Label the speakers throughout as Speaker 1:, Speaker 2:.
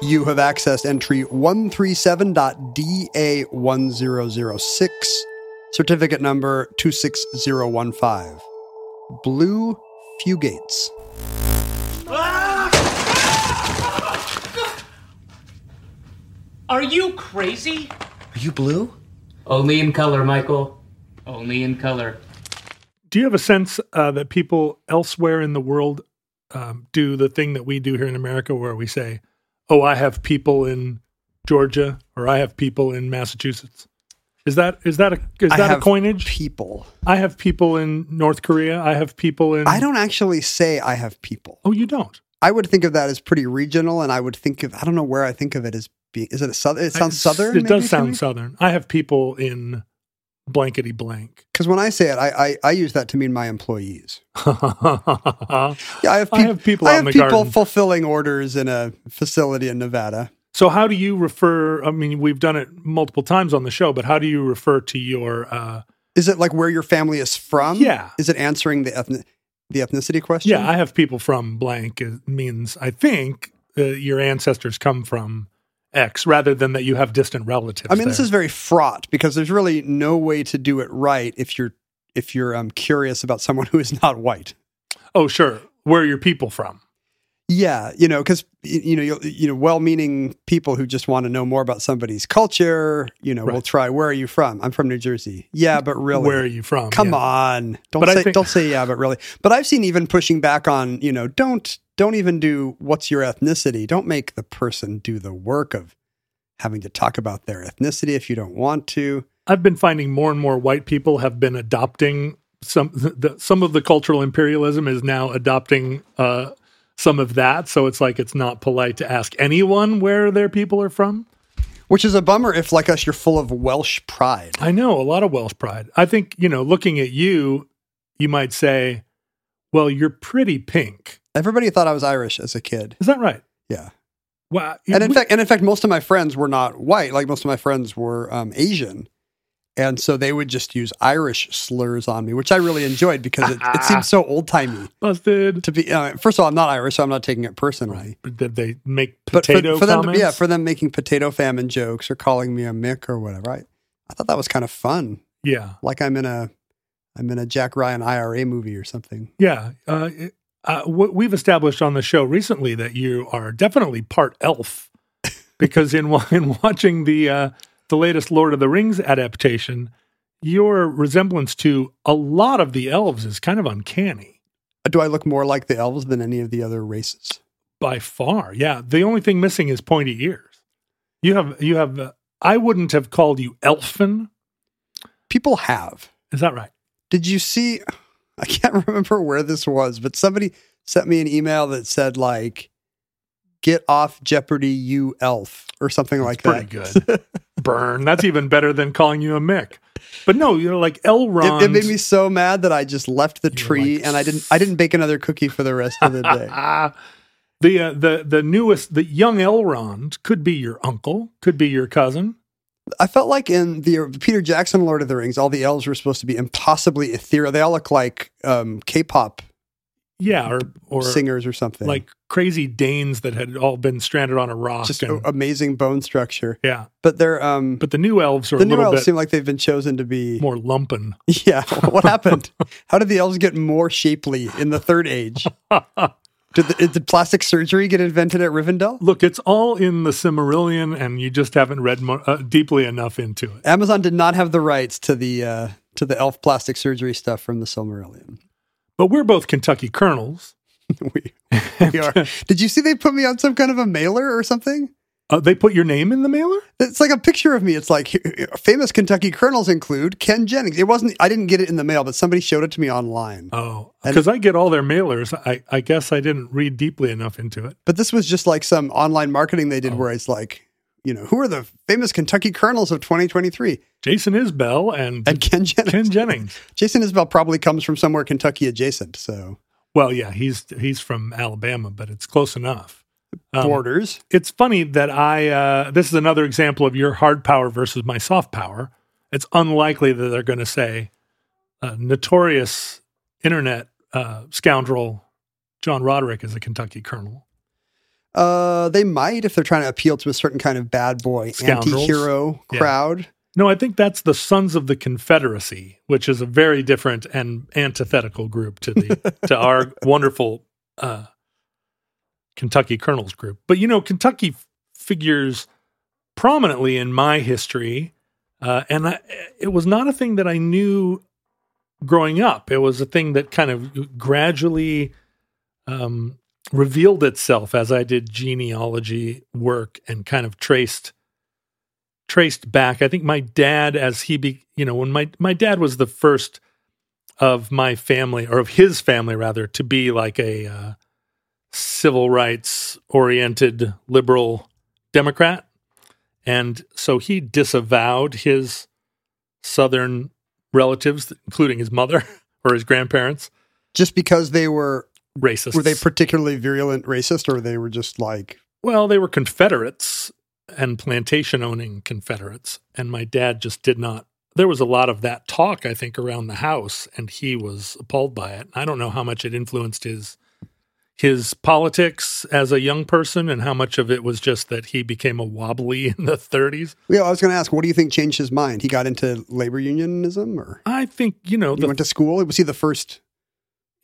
Speaker 1: You have accessed entry 137.DA1006, certificate number 26015. Blue Fugates.
Speaker 2: Are you crazy?
Speaker 3: Are you blue?
Speaker 4: Only in color, Michael. Only in color.
Speaker 5: Do you have a sense uh, that people elsewhere in the world um, do the thing that we do here in America, where we say, "Oh, I have people in Georgia," or "I have people in Massachusetts"? Is that is that a is
Speaker 1: I
Speaker 5: that a
Speaker 1: have
Speaker 5: coinage?
Speaker 1: People.
Speaker 5: I have people in North Korea. I have people in.
Speaker 1: I don't actually say I have people.
Speaker 5: Oh, you don't.
Speaker 1: I would think of that as pretty regional, and I would think of I don't know where I think of it as being. Is it a southern? It sounds
Speaker 5: It's-
Speaker 1: southern.
Speaker 5: It does sound southern. I have people in blankety blank.
Speaker 1: Because when I say it, I, I I use that to mean my employees. Yeah, I have,
Speaker 5: I
Speaker 1: peop-
Speaker 5: have people
Speaker 1: I
Speaker 5: out
Speaker 1: have
Speaker 5: in the
Speaker 1: people
Speaker 5: garden.
Speaker 1: fulfilling orders in a facility in Nevada.
Speaker 5: So how do you refer? I mean, we've done it multiple times on the show, but how do you refer to your? Uh,
Speaker 1: Is it like where your family is from?
Speaker 5: Yeah.
Speaker 1: Is it answering the ethni- the ethnicity question?
Speaker 5: yeah, I have people from blank uh, means I think uh, your ancestors come from X, rather than that you have distant relatives.
Speaker 1: I mean, this
Speaker 5: there.
Speaker 1: is very fraught because there's really no way to do it right if you're if you're um, curious about someone who is not white.
Speaker 5: oh sure. Where are your people from?
Speaker 1: Yeah, you know, because you know, you'll, you know, well-meaning people who just want to know more about somebody's culture, you know, will
Speaker 5: Right.
Speaker 1: try. Where are you from? I'm from New Jersey. Yeah, but really,
Speaker 5: Where are you from?
Speaker 1: Come
Speaker 5: Oh, Yeah.
Speaker 1: on, don't
Speaker 5: But I
Speaker 1: say
Speaker 5: think-
Speaker 1: don't say yeah, but really. But I've seen even pushing back on, you know, don't don't even do what's your ethnicity. Don't make the person do the work of having to talk about their ethnicity if you don't want to.
Speaker 5: I've been finding more and more white people have been adopting some the, some of the cultural imperialism is now adopting uh, some of that. So it's like it's not polite to ask anyone where their people are from.
Speaker 1: Which is a bummer if, like us, you're full of Welsh pride.
Speaker 5: I know a lot of Welsh pride. I think you know, looking at you, you might say, "Well, you're pretty pink."
Speaker 1: Everybody thought I was Irish as a kid.
Speaker 5: Is that right?
Speaker 1: Yeah.
Speaker 5: Wow.
Speaker 1: and in
Speaker 5: We-
Speaker 1: fact, and in fact, most of my friends were not white. Like most of my friends were um, Asian, and so they would just use Irish slurs on me, which I really enjoyed because it, it seemed so old timey
Speaker 5: busted.
Speaker 1: to be. Uh, first of all, I'm not Irish, so I'm not taking it personally.
Speaker 5: Did they make
Speaker 1: But for-
Speaker 5: potato
Speaker 1: for, them,
Speaker 5: comments?
Speaker 1: yeah, for them making potato famine jokes or calling me a Mick or whatever, I, I thought that was kind of fun.
Speaker 5: yeah,
Speaker 1: Like I'm in a, I'm in a Jack Ryan IRA movie or something.
Speaker 5: yeah. Uh, it- uh, w- we've established on the show recently that you are definitely part elf, because in wa- in watching the uh, the latest Lord of the Rings adaptation, your resemblance to a lot of the elves is kind of uncanny.
Speaker 1: Uh, Do I look more like the elves than any of the other races?
Speaker 5: By far, yeah. The only thing missing is pointy ears. You have you have. Uh, I wouldn't have called you elfin.
Speaker 1: People have.
Speaker 5: Is that right?
Speaker 1: Did you see? I can't remember where this was, but somebody sent me an email that said like, "Get off Jeopardy, you elf," or something like
Speaker 5: Pretty
Speaker 1: that.
Speaker 5: good. Burn. That's even better than calling you a Mick. But no, you're like Elrond.
Speaker 1: It, it made me so mad that I just left the
Speaker 5: You're
Speaker 1: tree
Speaker 5: like-
Speaker 1: and I didn't. I didn't bake another cookie for the rest of the day.
Speaker 5: Ah, the uh, the the newest the young Elrond could be your uncle, could be your cousin.
Speaker 1: I felt like in the Peter Jackson Lord of the Rings, all the elves were supposed to be impossibly ethereal. They all look like um, K-pop
Speaker 5: yeah, or or
Speaker 1: singers or something.
Speaker 5: like crazy Danes that had all been stranded on a rock.
Speaker 1: just
Speaker 5: and-
Speaker 1: a- amazing bone structure.
Speaker 5: yeah,
Speaker 1: But they're um
Speaker 5: but the new elves are
Speaker 1: the
Speaker 5: a
Speaker 1: new
Speaker 5: little
Speaker 1: elves
Speaker 5: bit
Speaker 1: seem like they've been chosen to be
Speaker 5: more lumpen.
Speaker 1: Yeah. What happened? How did the elves get more shapely in the third age? Did, the, did plastic surgery get invented at Rivendell?
Speaker 5: Look, it's all in the Cimmerillion, and you just haven't read mo- uh, deeply enough into it.
Speaker 1: Amazon did not have the rights to the uh, to the elf plastic surgery stuff from the Silmarillion.
Speaker 5: But we're both Kentucky colonels.
Speaker 1: we, we are. Did you see they put me on some kind of a mailer or something?
Speaker 5: Uh, they put your name in the mailer.
Speaker 1: It's like a picture of me. It's like famous Kentucky colonels include Ken Jennings. It wasn't. I didn't get it in the mail, but somebody showed it to me online.
Speaker 5: Oh,
Speaker 1: And-
Speaker 5: because I get all their mailers. I, I guess I didn't read deeply enough into it.
Speaker 1: But this was just like some online marketing they did, where it's like, you know, who are the famous Kentucky colonels of 2023?
Speaker 5: Jason Isbell and,
Speaker 1: And Ken Jennings.
Speaker 5: Ken Jennings.
Speaker 1: Jason Isbell probably comes from somewhere Kentucky adjacent, so
Speaker 5: Well, yeah, he's he's from Alabama, but it's close enough. Um,
Speaker 1: borders.
Speaker 5: It's funny that I. Uh, this is another example of your hard power versus my soft power. It's unlikely that they're going to say uh, notorious internet uh, scoundrel John Roderick is a Kentucky colonel.
Speaker 1: Uh, they might if they're trying to appeal to a certain kind of bad boy
Speaker 5: Scoundrels.
Speaker 1: anti-hero
Speaker 5: Yeah.
Speaker 1: crowd.
Speaker 5: No, I think that's the Sons of the Confederacy, which is a very different and antithetical group to the to our wonderful uh, Kentucky Colonels group. But you know, Kentucky f- figures prominently in my history, uh, and I, it was not a thing that I knew growing up. It was a thing that kind of gradually um, revealed itself as I did genealogy work and kind of traced traced back. I think my dad, as he be, you know, when my my dad was the first of my family or of his family rather to be like a uh, civil rights oriented liberal Democrat, and so he disavowed his Southern relatives, including his mother or his grandparents,
Speaker 1: Just because they were
Speaker 5: racist.
Speaker 1: were they particularly virulent racist, or they were just like
Speaker 5: Well, they were Confederates and plantation owning Confederates. And my dad just did not. There was a lot of that talk, I think, around the house, and he was appalled by it. I don't know how much it influenced his his politics as a young person and how much of it was just that he became a wobbly in the 30s.
Speaker 1: Yeah, I was gonna ask, what do you think changed his mind? He got into labor unionism or
Speaker 5: I think, you know,
Speaker 1: he
Speaker 5: the
Speaker 1: went to school? Was he the first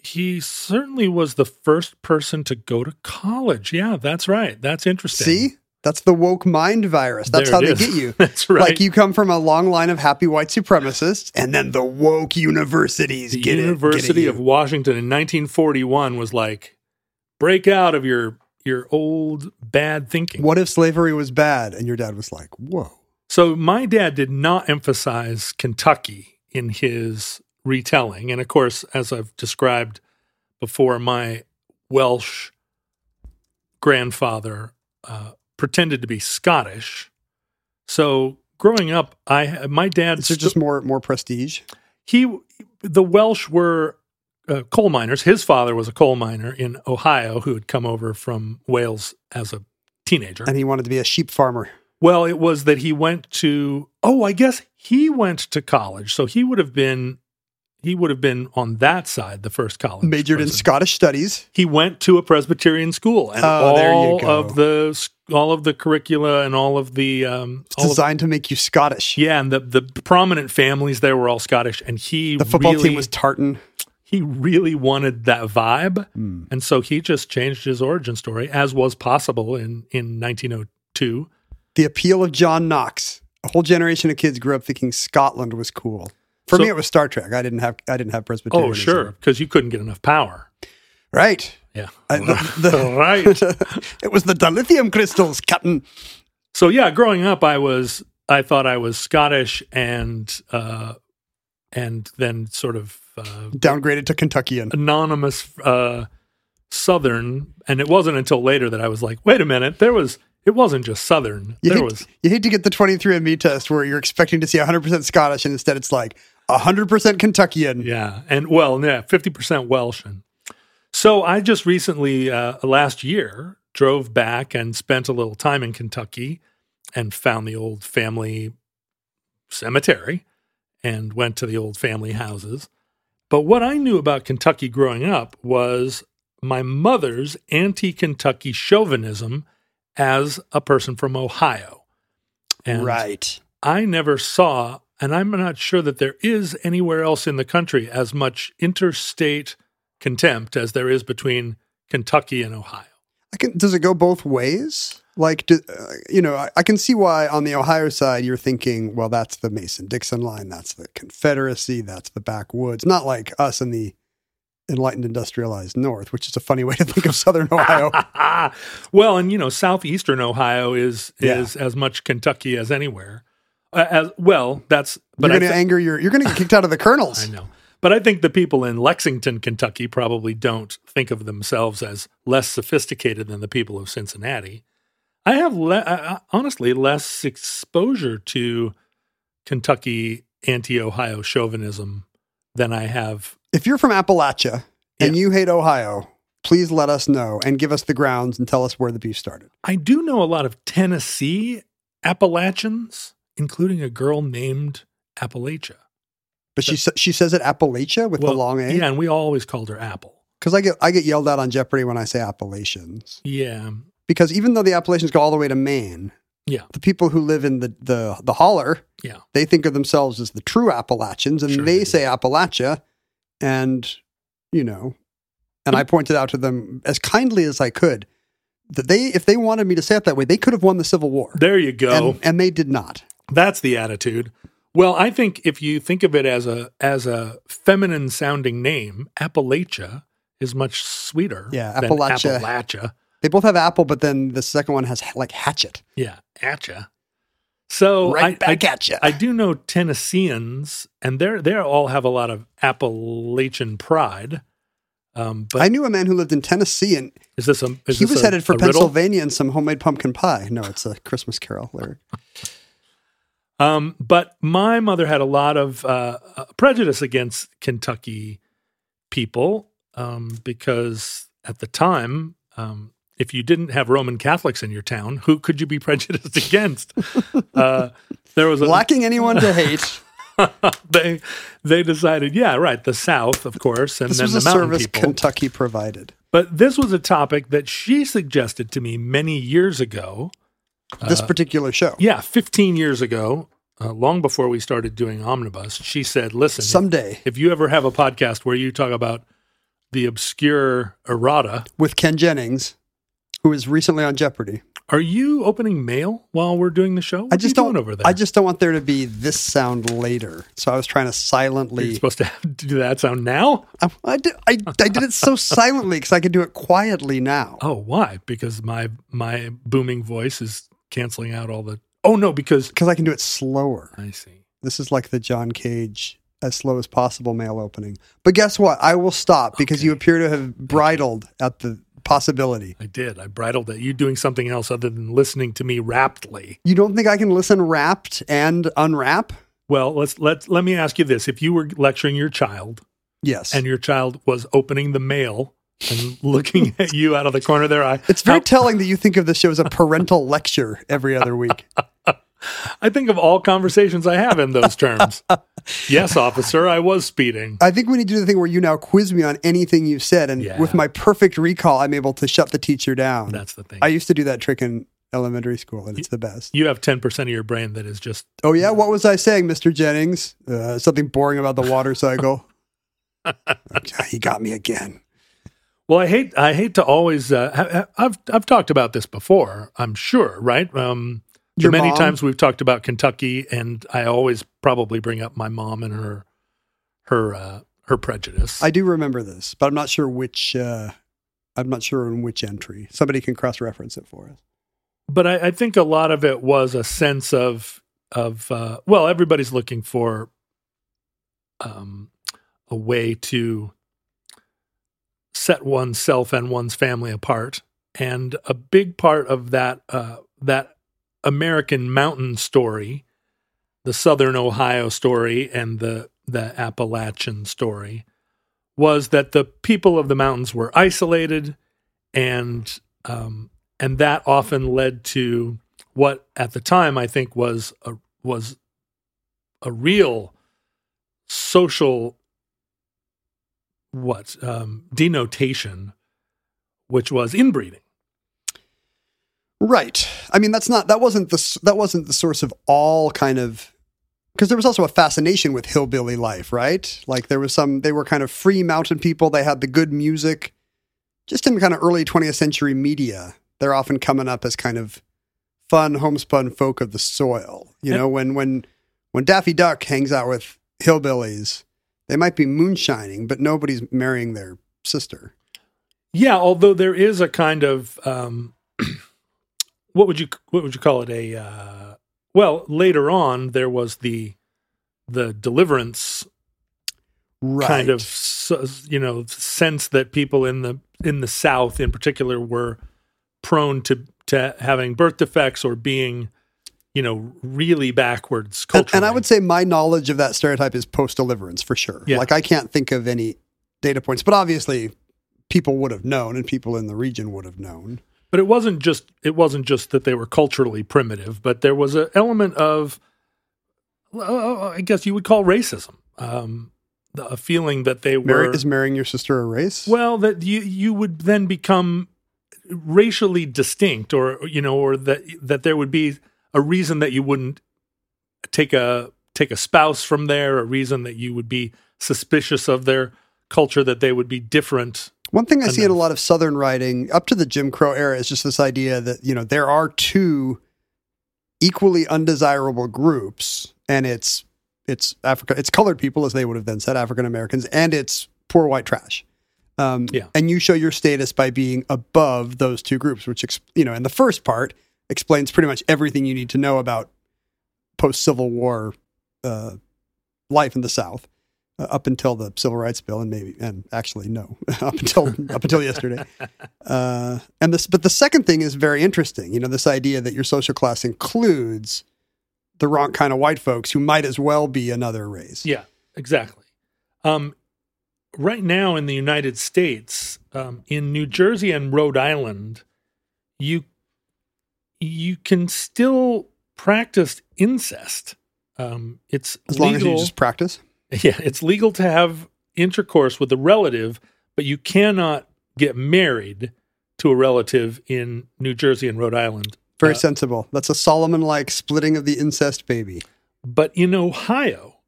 Speaker 5: he certainly was the first person to go to college. Yeah, that's right. That's interesting.
Speaker 1: See? That's the woke mind virus. That's
Speaker 5: There
Speaker 1: how
Speaker 5: it
Speaker 1: they
Speaker 5: is.
Speaker 1: get you.
Speaker 5: That's right.
Speaker 1: Like you come from a long line of happy white supremacists, and then the woke universities
Speaker 5: the
Speaker 1: get it- get at
Speaker 5: University
Speaker 1: you.
Speaker 5: of Washington in 1941 was like, break out of your your old bad thinking.
Speaker 1: What if slavery was bad? And your dad was like, whoa.
Speaker 5: So my dad did not emphasize Kentucky in his retelling, and of course, as I've described before, my Welsh grandfather uh, pretended to be Scottish. So growing up, I my dad
Speaker 1: Is there just more more prestige?
Speaker 5: he the Welsh were uh, coal miners. His father was a coal miner in Ohio who had come over from Wales as a teenager.
Speaker 1: And he wanted to be a sheep farmer.
Speaker 5: well, it was that he went to oh, I guess he went to college. So he would have been he would have been on that side the first college.
Speaker 1: Majored in
Speaker 5: person.
Speaker 1: Scottish studies.
Speaker 5: He went to a Presbyterian school and
Speaker 1: Oh,
Speaker 5: all
Speaker 1: there you go.
Speaker 5: of the s- all of the curricula and all of the um
Speaker 1: It's
Speaker 5: all of,
Speaker 1: designed to make you Scottish.
Speaker 5: yeah, and the the prominent families there were all Scottish and he
Speaker 1: The football
Speaker 5: really,
Speaker 1: team was tartan.
Speaker 5: he really wanted that vibe and so he just changed his origin story as was possible in in 1902
Speaker 1: The appeal of John Knox. A whole generation of kids grew up thinking Scotland was cool. For
Speaker 5: So-
Speaker 1: me, it was Star Trek. I didn't have I didn't have Presbyterian.
Speaker 5: oh sure because you couldn't get enough power
Speaker 1: right.
Speaker 5: yeah
Speaker 1: I- the- the-
Speaker 5: right
Speaker 1: it was the dilithium crystals, Captain.
Speaker 5: so yeah growing up i was i thought i was scottish and uh and then sort of uh,
Speaker 1: Downgraded to Kentuckian.
Speaker 5: anonymous uh southern and it wasn't until later that i was like wait a minute there was it wasn't just southern
Speaker 1: You
Speaker 5: there
Speaker 1: hate,
Speaker 5: was
Speaker 1: you hate to get the 23andMe test where you're expecting to see 100% Scottish and instead it's like 100% Kentuckian.
Speaker 5: Yeah, and well, yeah, fifty percent Welsh. And so I just recently, uh, last year, drove back and spent a little time in Kentucky, and found the old family cemetery, and went to the old family houses, But what I knew about Kentucky growing up was my mother's anti Kentucky chauvinism as a person from Ohio. And
Speaker 1: right.
Speaker 5: I never saw, and I'm not sure that there is anywhere else in the country as much interstate contempt as there is between Kentucky and Ohio.
Speaker 1: I can, does it go both ways? Like, do, uh, you know, I, I can see why on the Ohio side you're thinking, well, that's the Mason Dixon line, that's the Confederacy, that's the backwoods. Not like us in the enlightened industrialized North, which is a funny way to think of Southern Ohio.
Speaker 5: well, and you know, southeastern Ohio is
Speaker 1: Yeah.
Speaker 5: is as much Kentucky as anywhere. Uh, as well, that's but
Speaker 1: you're
Speaker 5: I
Speaker 1: going to
Speaker 5: thi-
Speaker 1: anger your, you're going to get kicked out of the
Speaker 5: I
Speaker 1: colonels.
Speaker 5: know. But I think the people in Lexington, Kentucky probably don't think of themselves as less sophisticated than the people of Cincinnati. I have le- I- I- honestly less exposure to Kentucky anti-Ohio chauvinism than I have.
Speaker 1: If you're from Appalachia and
Speaker 5: Yeah.
Speaker 1: you hate Ohio, please let us know and give us the grounds and tell us where the beef started.
Speaker 5: I do know a lot of Tennessee Appalachians, including a girl named Appalachia.
Speaker 1: But she sa- she says it Appalachia with
Speaker 5: Well,
Speaker 1: the long A.
Speaker 5: Yeah, and we always called her Apple.
Speaker 1: Because I get I get yelled at on Jeopardy when I say Appalachians.
Speaker 5: Yeah.
Speaker 1: Because even though the Appalachians go all the way to Maine,
Speaker 5: Yeah.
Speaker 1: the people who live in the the, the holler,
Speaker 5: Yeah.
Speaker 1: they think of themselves as the true Appalachians and
Speaker 5: Sure
Speaker 1: they
Speaker 5: they do.
Speaker 1: say Appalachia and you know and I pointed out to them as kindly as I could that they if they wanted me to say it that way, they could have won the Civil War.
Speaker 5: There you go.
Speaker 1: and, and they did not.
Speaker 5: That's the attitude. Well, I think if you think of it as a as a feminine sounding name, Appalachia is much sweeter.
Speaker 1: Yeah,
Speaker 5: than
Speaker 1: Appalachia.
Speaker 5: Appalachia.
Speaker 1: They both have apple, but then the second one has like hatchet.
Speaker 5: Yeah, atcha. So
Speaker 1: Right
Speaker 5: I,
Speaker 1: back
Speaker 5: I,
Speaker 1: at ya.
Speaker 5: I do know Tennesseans, and they're they all have a lot of Appalachian pride. Um, but
Speaker 1: I knew a man who lived in Tennessee and
Speaker 5: is this a is
Speaker 1: he
Speaker 5: this
Speaker 1: was
Speaker 5: a-
Speaker 1: headed for
Speaker 5: a riddle?
Speaker 1: Pennsylvania and some homemade pumpkin pie. No, it's a Christmas Carol lyric.
Speaker 5: Um, but my mother had a lot of uh, uh, prejudice against Kentucky people um, because at the time, um, if you didn't have Roman Catholics in your town, who could you be prejudiced against? uh, there was a
Speaker 1: Lacking anyone to hate,
Speaker 5: they they decided, yeah, right, the South, of course, and
Speaker 1: this
Speaker 5: then
Speaker 1: was
Speaker 5: the
Speaker 1: a
Speaker 5: mountain
Speaker 1: service
Speaker 5: people.
Speaker 1: Kentucky provided.
Speaker 5: but this was a topic that she suggested to me many years ago.
Speaker 1: This particular show.
Speaker 5: Uh, Yeah, 15 years ago, uh, long before we started doing Omnibus, she said, listen, if-
Speaker 1: Someday
Speaker 5: if you ever have a podcast where you talk about the obscure errata,
Speaker 1: with Ken Jennings, who is recently on Jeopardy.
Speaker 5: are you opening mail while we're doing the show?
Speaker 1: I
Speaker 5: What are you
Speaker 1: just don't.
Speaker 5: doing over there.
Speaker 1: I just don't want there to be this sound later. So I was trying to
Speaker 5: You're
Speaker 1: silently.
Speaker 5: supposed to have to do that sound now.
Speaker 1: I, I did. I, I did it so silently because I could do it quietly now.
Speaker 5: Oh, why? Because my my booming voice is canceling out all the. Oh no, because
Speaker 1: Because I can do it slower.
Speaker 5: I see.
Speaker 1: This is like the John Cage as slow as possible mail opening. But guess what? I will stop because you appear to have bridled at the possibility.
Speaker 5: I did. I bridled at you doing something else other than listening to me raptly.
Speaker 1: You don't think I can listen wrapped and unwrap?
Speaker 5: Well, let's let let me ask you this: If you were lecturing your child
Speaker 1: Yes.
Speaker 5: and your child was opening the mail and looking at you out of the corner of their eye,
Speaker 1: it's very
Speaker 5: how-
Speaker 1: telling that you think of the show as a parental lecture every other week.
Speaker 5: I think of all conversations I have in those terms. yes, officer, I was speeding.
Speaker 1: I think we need to do the thing where you now quiz me on anything you've said. And
Speaker 5: Yeah.
Speaker 1: with my perfect recall, I'm able to shut the teacher down.
Speaker 5: That's the thing.
Speaker 1: I used to do that trick in elementary school, and it's the best.
Speaker 5: you have 10% of your brain that is just,
Speaker 1: Oh, yeah. What was I saying, Mr. Jennings? Uh, something boring about the water cycle. Okay, he got me again.
Speaker 5: well, I hate, I hate to always, uh, ha- ha- I've, I've talked about this before, I'm sure, right? Um, the
Speaker 1: Your
Speaker 5: many
Speaker 1: mom?
Speaker 5: times we've talked about Kentucky and I always probably bring up my mom and her, her, uh, her prejudice.
Speaker 1: I do remember this, but I'm not sure which. Uh, I'm not sure in which entry. Somebody can cross-reference it for us.
Speaker 5: but I, I think a lot of it was a sense of of uh, well, everybody's looking for um, a way to set oneself and one's family apart, and a big part of that uh, that American mountain story, the Southern Ohio story, and the the Appalachian story was that the people of the mountains were isolated and um, and that often led to what at the time I think was a was a real social what um, denotation, which was inbreeding.
Speaker 1: Right. I mean, that's not that wasn't the s- that wasn't the source of all kind of because there was also a fascination with hillbilly life, right? Like there was some they were kind of free mountain people. They had the good music. Just in kind of early 20th century media, they're often coming up as kind of fun homespun folk of the soil. You know, when when when Daffy Duck hangs out with hillbillies, they might be moonshining, but nobody's marrying their sister.
Speaker 5: Yeah, although there is a kind of um, what would you what would you call it? A uh, well, later on there was the the deliverance
Speaker 1: Right.
Speaker 5: kind of s- you know sense that people in the in the South, in particular, were prone to to having birth defects or being you know really backwards
Speaker 1: And,
Speaker 5: culturally.
Speaker 1: and I would say my knowledge of that stereotype is post deliverance for sure.
Speaker 5: Yeah.
Speaker 1: Like I can't think of any data points, but obviously people would have known and people in the region would have known.
Speaker 5: but it wasn't just it wasn't just that they were culturally primitive but there was an element of well, i guess you would call racism um the- a feeling that they were
Speaker 1: Mar- is marrying your sister a race?
Speaker 5: well that you you would then become racially distinct or you know or that that there would be a reason that you wouldn't take a take a spouse from there a reason that you would be suspicious of their culture that they would be different
Speaker 1: One thing I see in a
Speaker 5: enough.
Speaker 1: lot of Southern writing up to the Jim Crow era is just this idea that, you know, there are two equally undesirable groups and it's, it's Africa, it's colored people as they would have then said, African Americans, and it's poor white trash. Um,
Speaker 5: Yeah.
Speaker 1: And you show your status by being above those two groups, which, ex- you know, in the first part explains pretty much everything you need to know about post Civil War uh, life in the South uh, up until the Civil Rights Bill, and maybe, and actually no, up until up until yesterday. Uh, and this, but the second thing is very interesting. You know, this idea that your social class includes the wrong kind of white folks who might as well be another race.
Speaker 5: Yeah, exactly. Um, right now in the United States, um, in New Jersey and Rhode Island, you you can still practice incest. Um, it's
Speaker 1: As long as
Speaker 5: legal.
Speaker 1: you just practice.
Speaker 5: Yeah, it's legal to have intercourse with a relative, but you cannot get married to a relative in New Jersey and Rhode Island.
Speaker 1: Very
Speaker 5: Uh,
Speaker 1: sensible. That's a Solomon-like splitting of the incest baby.
Speaker 5: But in Ohio,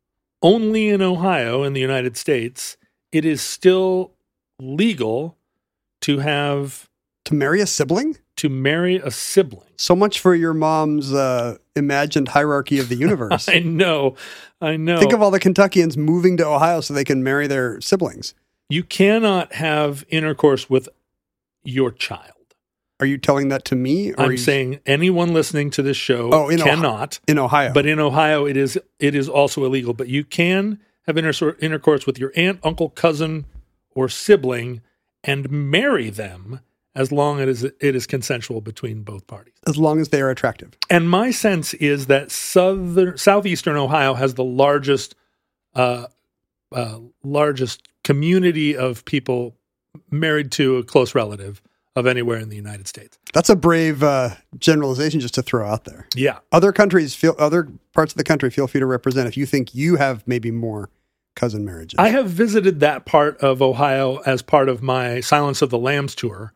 Speaker 5: only in Ohio in the United States, it is still legal to have
Speaker 1: To marry a sibling?
Speaker 5: to marry a sibling.
Speaker 1: So much for your mom's uh, imagined hierarchy of the universe.
Speaker 5: I know, I know.
Speaker 1: Think of all the Kentuckians moving to Ohio so they can marry their siblings.
Speaker 5: you cannot have intercourse with your child.
Speaker 1: Are you telling that to me? Or are
Speaker 5: I'm
Speaker 1: you-
Speaker 5: saying anyone listening to this show
Speaker 1: Oh, in Ohio.
Speaker 5: cannot.
Speaker 1: in Ohio.
Speaker 5: But in Ohio, it is it is also illegal. But you can have inter- intercourse with your aunt, uncle, cousin, or sibling, and marry them as long as it is consensual between both parties.
Speaker 1: as long as they are attractive.
Speaker 5: And my sense is that southern southeastern Ohio has the largest uh, uh, largest community of people married to a close relative of anywhere in the United States.
Speaker 1: That's a brave uh, generalization just to throw out there.
Speaker 5: Yeah.
Speaker 1: Other countries feel other parts of the country feel free to represent if you think you have maybe more cousin marriages.
Speaker 5: I have visited that part of Ohio as part of my Silence of the Lambs tour,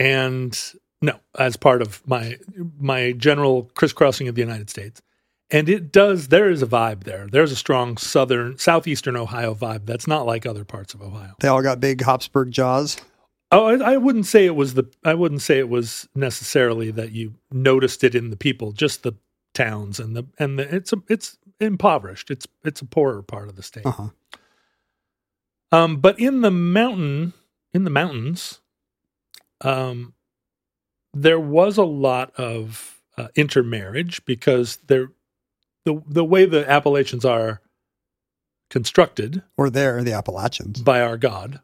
Speaker 5: and no, as part of my my general crisscrossing of the United States. And it does. There is a vibe there. There's a strong southern, southeastern Ohio vibe that's not like other parts of Ohio.
Speaker 1: they all got big Habsburg jaws.
Speaker 5: Oh, I, I wouldn't say it was the. I wouldn't say it was necessarily that you noticed it in the people, just the towns and the and the. It's a, it's impoverished. It's it's a poorer part of the state.
Speaker 1: Uh-huh.
Speaker 5: Um, but in the mountain, in the mountains, um, there was a lot of uh, intermarriage because there, the the way the Appalachians are constructed
Speaker 1: Or there, the Appalachians.
Speaker 5: by our God,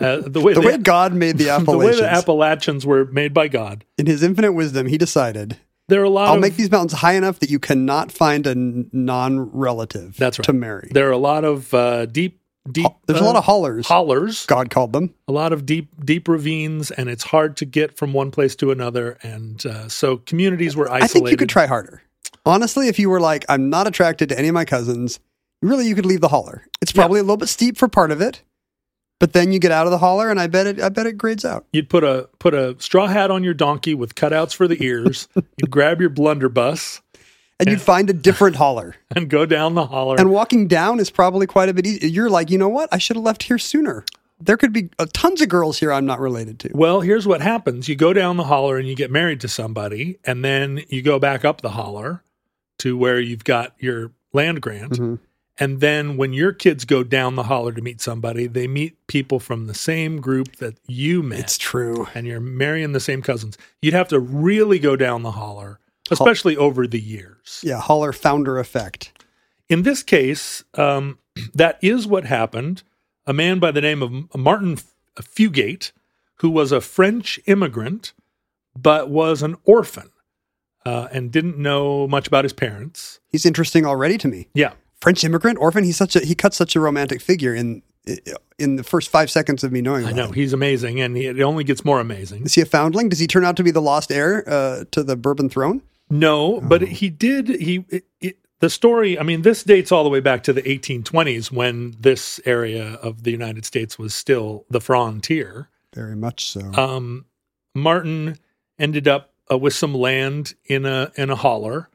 Speaker 5: uh, the way
Speaker 1: The
Speaker 5: they-
Speaker 1: way God made the
Speaker 5: the way
Speaker 1: Appalachians
Speaker 5: the Appalachians were made by God.
Speaker 1: in His infinite wisdom, He decided
Speaker 5: There are a lot
Speaker 1: I'll
Speaker 5: of
Speaker 1: make these mountains high enough that you cannot find a n- non-relative
Speaker 5: That's right.
Speaker 1: to marry.
Speaker 5: there are a lot of uh, deep deep.
Speaker 1: Ho- There's a
Speaker 5: uh,
Speaker 1: lot of hollers.
Speaker 5: hollers,
Speaker 1: God called them.
Speaker 5: a lot of deep deep ravines, and it's hard to get from one place to another. And uh, so communities were isolated.
Speaker 1: I think you could try harder. Honestly, if you were like, I'm not attracted to any of my cousins, really, you could leave the holler. It's probably a little bit steep for part of it, but But then you get out of the holler, and I bet it. I bet it grades out.
Speaker 5: You'd put a put a straw hat on your donkey with cutouts for the ears. You'd grab your blunderbuss
Speaker 1: And you'd find a different holler.
Speaker 5: and go down the holler.
Speaker 1: And walking down is probably quite a bit easier. You're like, you know what? I should have left here sooner. There could be uh, tons of girls here I'm not related to.
Speaker 5: well, here's what happens: you go down the holler and you get married to somebody, and then you go back up the holler to where you've got your land grant.
Speaker 1: Mm-hmm.
Speaker 5: And then when your kids go down the holler to meet somebody, they meet people from the same group that you met.
Speaker 1: It's true.
Speaker 5: and you're marrying the same cousins, you'd have to really go down the holler, especially over the years.
Speaker 1: Yeah, holler founder effect.
Speaker 5: In this case, um, that is what happened. A man by the name of Martin Fugate, who was a French immigrant, but was an orphan uh, and didn't know much about his parents.
Speaker 1: He's interesting already to me.
Speaker 5: Yeah.
Speaker 1: French immigrant orphan. He's such a he cuts such a romantic figure in in the first five seconds of me knowing.
Speaker 5: I
Speaker 1: about
Speaker 5: know
Speaker 1: him.
Speaker 5: he's amazing, and he, it only gets more amazing.
Speaker 1: Is he a foundling? Does he turn out to be the lost heir uh, to the Bourbon throne?
Speaker 5: No, but
Speaker 1: Oh.
Speaker 5: he did. He it, it, the story. I mean, this dates all the way back to the 1820s when this area of the United States was still the frontier.
Speaker 1: Very much so.
Speaker 5: Um, Martin ended up uh, with some land in a in a holler,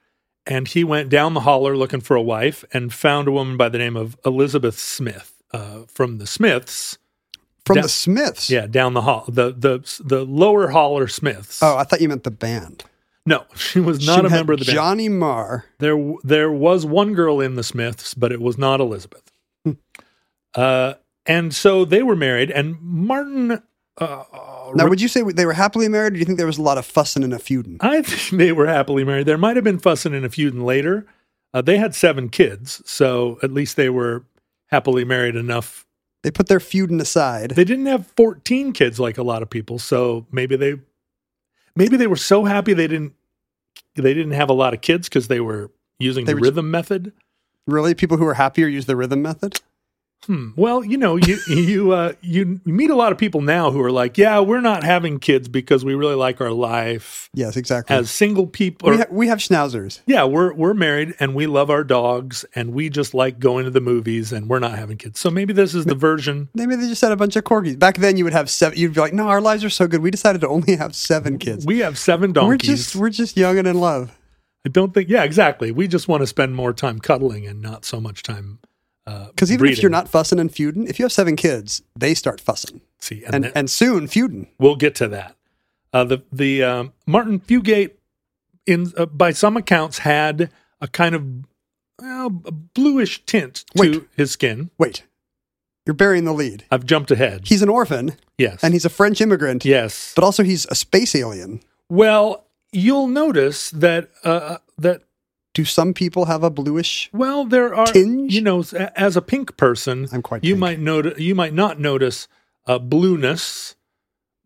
Speaker 5: and he went down the holler looking for a wife and found a woman by the name of Elizabeth Smith uh, from the Smiths.
Speaker 1: From
Speaker 5: da-
Speaker 1: the Smiths.
Speaker 5: Yeah, down the hall, the the the lower holler Smiths.
Speaker 1: Oh, I thought you meant the band.
Speaker 5: no, she was not
Speaker 1: She
Speaker 5: a
Speaker 1: had
Speaker 5: member of the band.
Speaker 1: Johnny Marr.
Speaker 5: There, there was one girl in the Smiths, but it was not Elizabeth.
Speaker 1: Hmm.
Speaker 5: uh, and so they were married, and Martin. Uh,
Speaker 1: Now, would you say they were happily married, or do you think there was a lot of fussing and a feuding?
Speaker 5: I think they were happily married. There might have been fussing and a feuding later. Uh, they had seven kids, so at least they were happily married enough.
Speaker 1: They put their feuding aside.
Speaker 5: They didn't have fourteen kids like a lot of people, so maybe they, maybe they were so happy they didn't, they didn't have a lot of kids because they were using
Speaker 1: They
Speaker 5: the
Speaker 1: were-
Speaker 5: rhythm method.
Speaker 1: really, people who are happier use the rhythm method.
Speaker 5: Hmm. Well, you know, you you uh, you meet a lot of people now who are like, yeah, we're not having kids because we really like our life
Speaker 1: Yes, exactly.
Speaker 5: as single
Speaker 1: Hmm.
Speaker 5: people.
Speaker 1: we,
Speaker 5: Or,
Speaker 1: ha- we have schnauzers.
Speaker 5: yeah, we're we're married and we love our dogs and we just like going to the movies and we're not having kids. So maybe this is the version.
Speaker 1: Maybe they just had a bunch of corgis. Back then, you would have seven. You'd be like, "No, our lives are so good. We decided to only have seven kids.
Speaker 5: We have seven
Speaker 1: are
Speaker 5: donkeys.
Speaker 1: just we're just young and in love."
Speaker 5: I don't think. Yeah, exactly. We just want to spend more time cuddling and not so much time.
Speaker 1: Because even if
Speaker 5: Breeding.
Speaker 1: you're not fussing and feuding, if you have seven kids, they start fussing
Speaker 5: See,
Speaker 1: and
Speaker 5: then-
Speaker 1: and, soon feuding.
Speaker 5: We'll get to that. Uh, the the um, Martin Fugate, in uh, by some accounts, had a kind of well, a bluish tint to
Speaker 1: Wait.
Speaker 5: his skin.
Speaker 1: Wait, you're burying the lead.
Speaker 5: I've jumped ahead.
Speaker 1: He's an orphan
Speaker 5: yes,
Speaker 1: and he's a French immigrant,
Speaker 5: yes.
Speaker 1: but also he's a space alien.
Speaker 5: well, you'll notice that uh, that
Speaker 1: Do some people have a bluish?
Speaker 5: well, there are
Speaker 1: Tinge?
Speaker 5: you know, s- as a pink person,
Speaker 1: I'm quite
Speaker 5: You
Speaker 1: pink.
Speaker 5: might notice. You might not notice uh, blueness,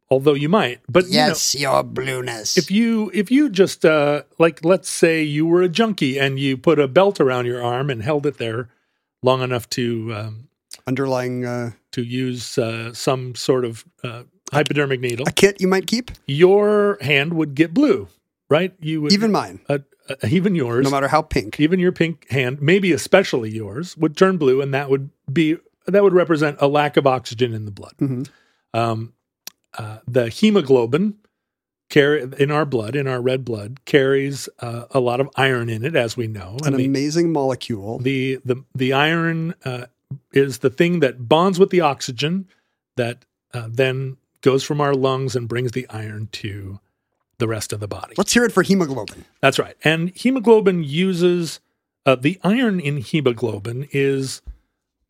Speaker 5: although you might. But you know,
Speaker 1: your blueness.
Speaker 5: if you if you just uh like let's say you were a junkie and you put a belt around your arm and held it there long enough to um,
Speaker 1: Underlying uh,
Speaker 5: to use uh, some sort of uh, hypodermic needle
Speaker 1: a kit you might keep,
Speaker 5: your hand would get blue right you would
Speaker 1: even mine,
Speaker 5: uh, uh, even yours
Speaker 1: no matter how pink.
Speaker 5: even your pink hand maybe especially yours would turn blue and that would be that would represent a lack of oxygen in the blood
Speaker 1: Mhm.
Speaker 5: um, uh, the hemoglobin carry in our blood in our red blood carries uh, a lot of iron in it as we know
Speaker 1: An
Speaker 5: and the,
Speaker 1: amazing molecule.
Speaker 5: the the the iron uh, is the thing that bonds with the oxygen that uh, then goes from our lungs and brings the iron to the rest of the body
Speaker 1: Let's hear it for hemoglobin.
Speaker 5: that's right. And hemoglobin uses uh, the iron in hemoglobin is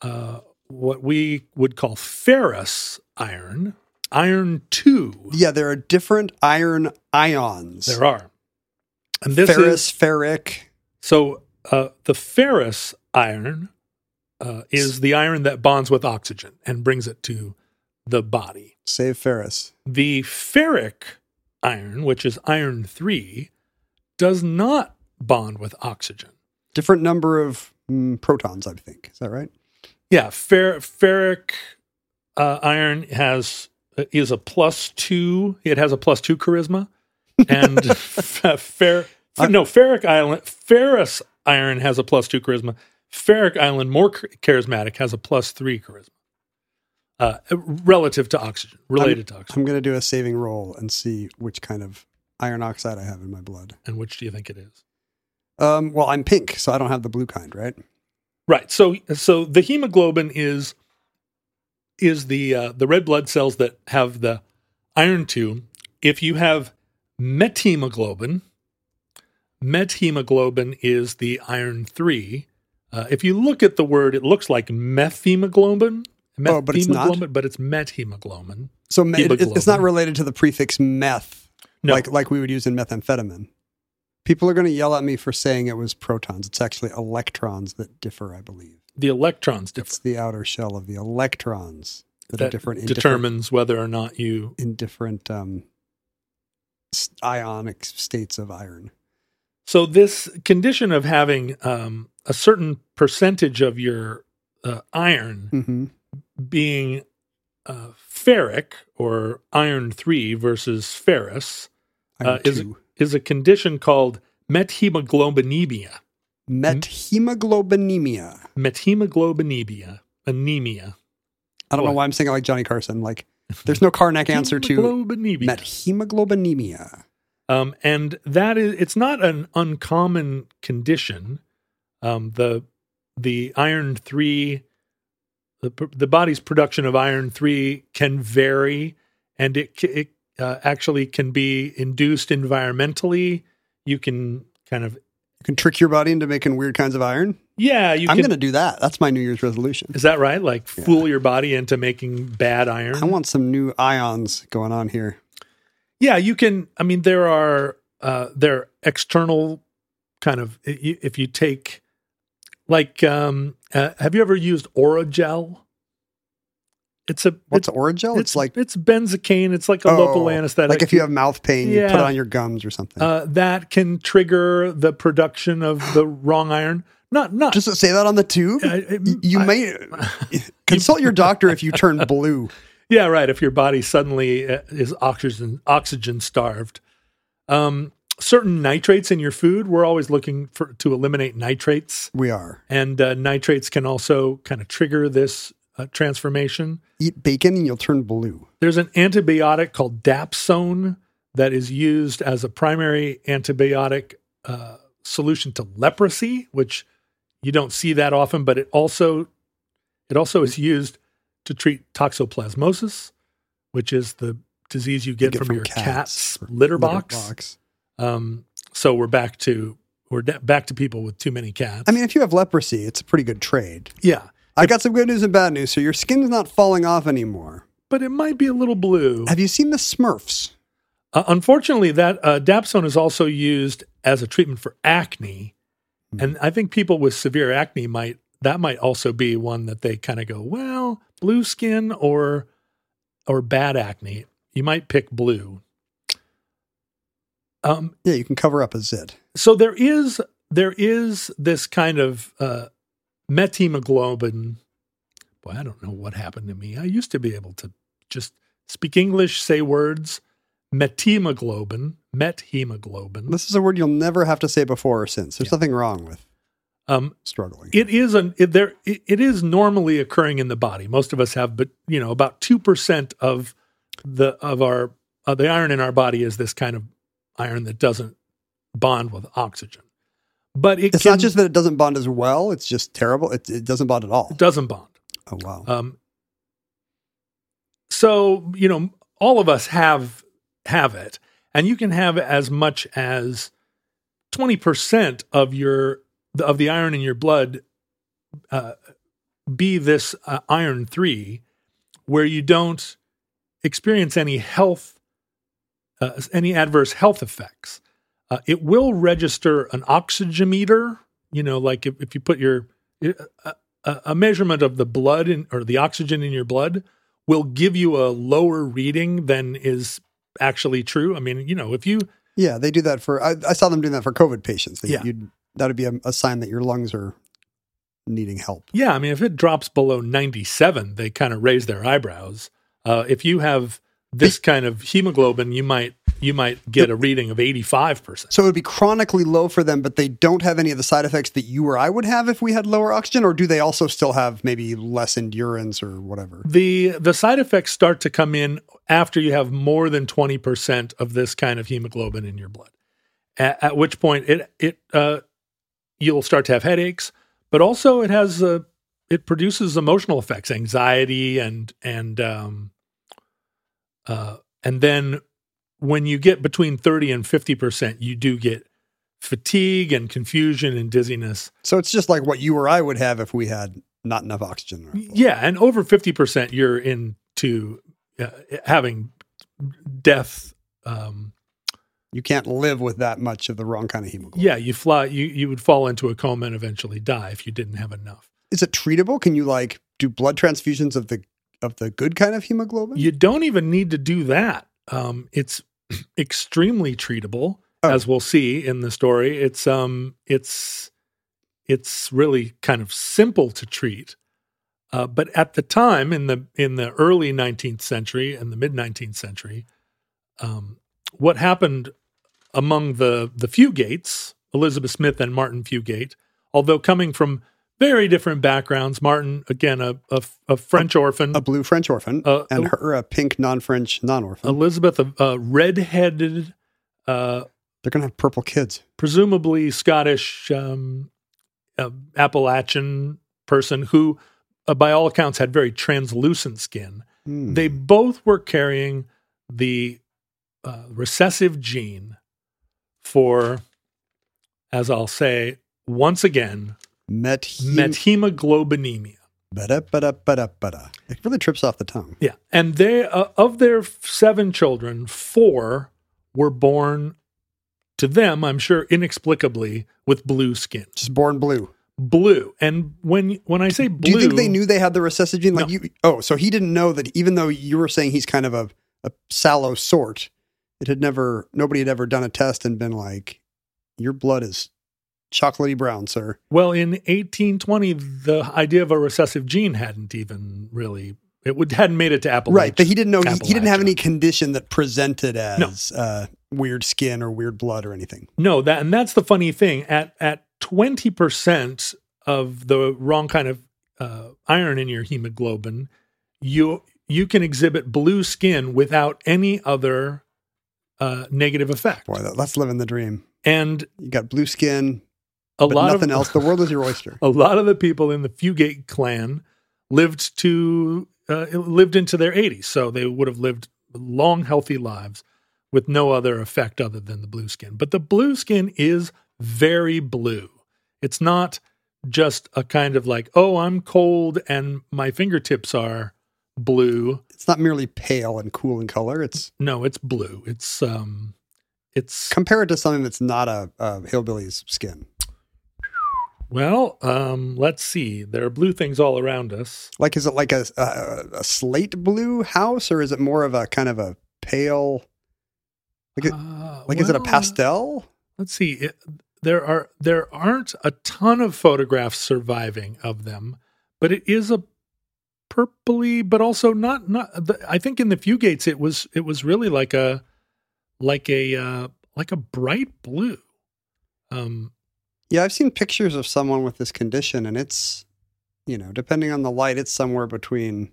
Speaker 5: uh, what we would call ferrous iron, iron two.
Speaker 1: Yeah, there are different iron ions.
Speaker 5: There are, and this
Speaker 1: ferrous,
Speaker 5: is
Speaker 1: ferric.
Speaker 5: so uh, the ferrous iron uh, is the iron that bonds with oxygen and brings it to the body.
Speaker 1: Save ferrous.
Speaker 5: The ferric iron, which is iron three, does not bond with oxygen.
Speaker 1: Different number of mm, protons, I think. Is that right?
Speaker 5: Yeah, fer- ferric uh, iron has is a plus two. It has a plus two charisma, and f- fer- no ferric island ferrous iron has a plus two charisma. Ferric island more ch- charismatic has a plus three charisma. uh, relative to oxygen, related to oxygen.
Speaker 1: I'm going to do a saving roll and see which kind of iron oxide I have in my blood.
Speaker 5: and which do you think it is?
Speaker 1: Um, well, I'm pink, so I don't have the blue kind, right?
Speaker 5: Right. So so the hemoglobin is is the uh, the red blood cells that have the iron two. If you have methemoglobin, methemoglobin is the iron three. Uh, if you look at the word, it looks like methemoglobin.
Speaker 1: Oh, but it's not?
Speaker 5: Methemoglobin, but it's methemoglobin.
Speaker 1: So me- it- it- it's
Speaker 5: Hemoglobin.
Speaker 1: not related to the prefix meth,
Speaker 5: No.
Speaker 1: like like we would use in methamphetamine. People are going to yell at me for saying it was protons. It's actually electrons that differ, I believe.
Speaker 5: The electrons differ.
Speaker 1: It's the outer shell of the electrons that, are
Speaker 5: That
Speaker 1: different in different,
Speaker 5: determines whether or not you.
Speaker 1: in different um, s- ionic states of iron.
Speaker 5: So this condition of having um, a certain percentage of your uh, iron
Speaker 1: Mm-hmm.
Speaker 5: being uh, ferric or iron 3 versus ferrous
Speaker 1: Iron
Speaker 5: uh, is,
Speaker 1: two.
Speaker 5: is a condition called methemoglobinemia. Mm-hmm.
Speaker 1: Methemoglobinemia.
Speaker 5: Methemoglobinemia. Anemia.
Speaker 1: I don't know
Speaker 5: What?
Speaker 1: why I'm saying it like Johnny Carson. Like, there's no Karnak answer to
Speaker 5: Hemoglobinemia.
Speaker 1: methemoglobinemia.
Speaker 5: Um, and that is, it's not an uncommon condition. Um, the the iron three, the pr- the body's production of iron three can vary, and it c- it uh, actually can be induced environmentally. You can kind of
Speaker 1: You can trick your body into making weird kinds of iron.
Speaker 5: yeah, you
Speaker 1: I'm
Speaker 5: can.
Speaker 1: going to do that. That's my New Year's resolution.
Speaker 5: is that right? Like fool your body into making bad iron.
Speaker 1: I want some new ions going on here.
Speaker 5: yeah you can i mean there are uh there are external kind of i- i- if you take like um uh, have you ever used oragel it's a
Speaker 1: What's
Speaker 5: it's,
Speaker 1: Oragel? It's, like
Speaker 5: it's benzocaine it's like a
Speaker 1: oh,
Speaker 5: local anesthetic
Speaker 1: Like if you have mouth pain, you put it
Speaker 5: Yeah.
Speaker 1: on your gums or something.
Speaker 5: uh, that can trigger the production of the wrong iron not not
Speaker 1: Just say that on the tube.
Speaker 5: I- I-
Speaker 1: Y- you
Speaker 5: I-
Speaker 1: may consult your doctor if you turn blue.
Speaker 5: Yeah, right. If your body suddenly uh, is oxygen oxygen starved, um, certain nitrates in your food, we're always looking for to eliminate nitrates,
Speaker 1: We are
Speaker 5: and uh, nitrates can also kind of trigger this uh, transformation.
Speaker 1: eat bacon and you'll turn blue.
Speaker 5: There's an antibiotic called Dapsone that is used as a primary antibiotic uh, solution to leprosy, which you don't see that often, but it also it also is used to treat toxoplasmosis, which is the disease you get, from, your cat's
Speaker 1: or
Speaker 5: litter box. Um, so we're back to we're da- back to people with too many cats.
Speaker 1: I mean, if you have leprosy, it's a pretty good trade.
Speaker 5: yeah,
Speaker 1: I got some good news and bad news. So your skin's not falling off anymore.
Speaker 5: but it might be a little blue.
Speaker 1: Have you seen the Smurfs?
Speaker 5: Uh, unfortunately, that uh, Dapsone is also used as a treatment for acne, and I think people with severe acne might that might also be one that they kind of go, well, blue skin or or bad acne. You might pick blue. Um,
Speaker 1: Yeah, you can cover up a zit.
Speaker 5: so there is there is this kind of uh, methemoglobin. Boy, I don't know what happened to me. I used to be able to just speak English, say words. Methemoglobin, methemoglobin.
Speaker 1: This is a word you'll never have to say before or since. There's nothing wrong with
Speaker 5: Um,
Speaker 1: struggling.
Speaker 5: it is an it, there. It, it is normally occurring in the body. Most of us have, but you know, about two percent of the of our uh, the iron in our body is this kind of iron that doesn't bond with oxygen. But it
Speaker 1: it's
Speaker 5: can,
Speaker 1: not just that it doesn't bond as well. It's just terrible. It, it doesn't bond at all.
Speaker 5: doesn't bond.
Speaker 1: Oh wow.
Speaker 5: Um, so you know, all of us have have it, and you can have as much as twenty percent of your of the iron in your blood uh, be this uh, iron three, where you don't experience any health uh, any adverse health effects. Uh, it will register an oxygemeter. You know, like if, if you put your uh, a, a- a measurement of the blood in, or the oxygen in your blood will give you a lower reading than is actually true. I mean, you know, if you
Speaker 1: yeah, they do that for. I, I saw them doing that for COVID patients. They,
Speaker 5: Yeah.
Speaker 1: you'd, that'd be a, a sign that your lungs are needing help.
Speaker 5: Yeah, I mean, if it drops below 97, they kind of raise their eyebrows. Uh, if you have this kind of hemoglobin, you might you might get a reading of 85%.
Speaker 1: So it would be chronically low for them, but they don't have any of the side effects that you or I would have if we had lower oxygen, or do they also still have maybe less endurance or whatever?
Speaker 5: The the side effects start to come in after you have more than 20% of this kind of hemoglobin in your blood. At, at which point it it uh, you'll start to have headaches, but also it has uh, it produces emotional effects, anxiety and and um uh and then when you get between 30 and 50%, you do get fatigue and confusion and dizziness.
Speaker 1: So it's just like what you or I would have if we had not enough oxygen. in our blood.
Speaker 5: Yeah, and over 50% you're into uh, having death um
Speaker 1: You can't live with that much of the wrong kind of hemoglobin.
Speaker 5: yeah, you fly you you would fall into a coma and eventually die if you didn't have enough.
Speaker 1: Is it treatable? Can you like do blood transfusions of the of the good kind of hemoglobin?
Speaker 5: You don't even need to do that. Um, it's extremely treatable,
Speaker 1: Oh.
Speaker 5: as we'll see in the story. It's um, it's it's really kind of simple to treat. Uh, but at the time, in the in the early 19th century and the mid 19th century, um, what happened among the the Fugates, Elizabeth Smith and Martin Fugate, although coming from very different backgrounds, Martin again a a, a French orphan,
Speaker 1: a blue French orphan
Speaker 5: Uh,
Speaker 1: and
Speaker 5: uh,
Speaker 1: her a pink non-French non-orphan.
Speaker 5: Elizabeth, a, a redheaded, uh,
Speaker 1: They're gonna have purple kids.
Speaker 5: presumably Scottish um, uh, Appalachian person who, uh, by all accounts, had very translucent skin.
Speaker 1: Hmm.
Speaker 5: They both were carrying the uh, recessive gene for, as I'll say once again,
Speaker 1: met heme-
Speaker 5: methemoglobinemia.
Speaker 1: bada, bada, bada, bada. It really trips off the tongue.
Speaker 5: Yeah, and they uh, of their seven children, four were born to them. I'm sure inexplicably with blue skin,
Speaker 1: Just born blue.
Speaker 5: blue. And when when I say
Speaker 1: Do
Speaker 5: blue,
Speaker 1: you think they knew they had the recessive gene? Like
Speaker 5: No.
Speaker 1: you? Oh, so he didn't know that. Even though you were saying he's kind of a, a sallow sort, it had never nobody had ever done a test and been like, "Your blood is chocolatey brown, sir."
Speaker 5: Well, in 1820, the idea of a recessive gene hadn't even really it would hadn't made it to Appalachia.
Speaker 1: Right, but he didn't know. He, he didn't have
Speaker 5: Appalachia.
Speaker 1: any condition that presented as uh, weird skin or weird blood or anything.
Speaker 5: No, that and that's the funny thing. At at twenty percent of the wrong kind of uh, iron in your hemoglobin, you you can exhibit blue skin without any other uh, negative effect.
Speaker 1: Boy, that, that's living the dream.
Speaker 5: And
Speaker 1: You got blue skin,
Speaker 5: a
Speaker 1: but
Speaker 5: lot
Speaker 1: nothing
Speaker 5: of
Speaker 1: else. The world is your oyster.
Speaker 5: a lot of the people in the Fugate clan lived to uh, lived into their 80s, so they would have lived long, healthy lives with no other effect other than the blue skin. But the blue skin is very blue. It's not just a kind of like, oh, I'm cold and my fingertips are blue.
Speaker 1: It's not merely pale and cool in color. It's
Speaker 5: No, it's blue. It's um, it's
Speaker 1: compare it to something that's not a, a hillbilly's skin,
Speaker 5: well, um, let's see. There are blue things all around us.
Speaker 1: like is it like a, a, a slate blue house or is it more of a kind of a pale? Like, it,
Speaker 5: Uh,
Speaker 1: like is it a
Speaker 5: well,
Speaker 1: pastel?
Speaker 5: let's see it, there are there aren't a ton of photographs surviving of them but it is a purpley but also not not the, i think in the fugates it was it was really like a like a uh like a bright blue um
Speaker 1: Yeah, I've seen pictures of someone with this condition, and it's you know depending on the light, it's somewhere between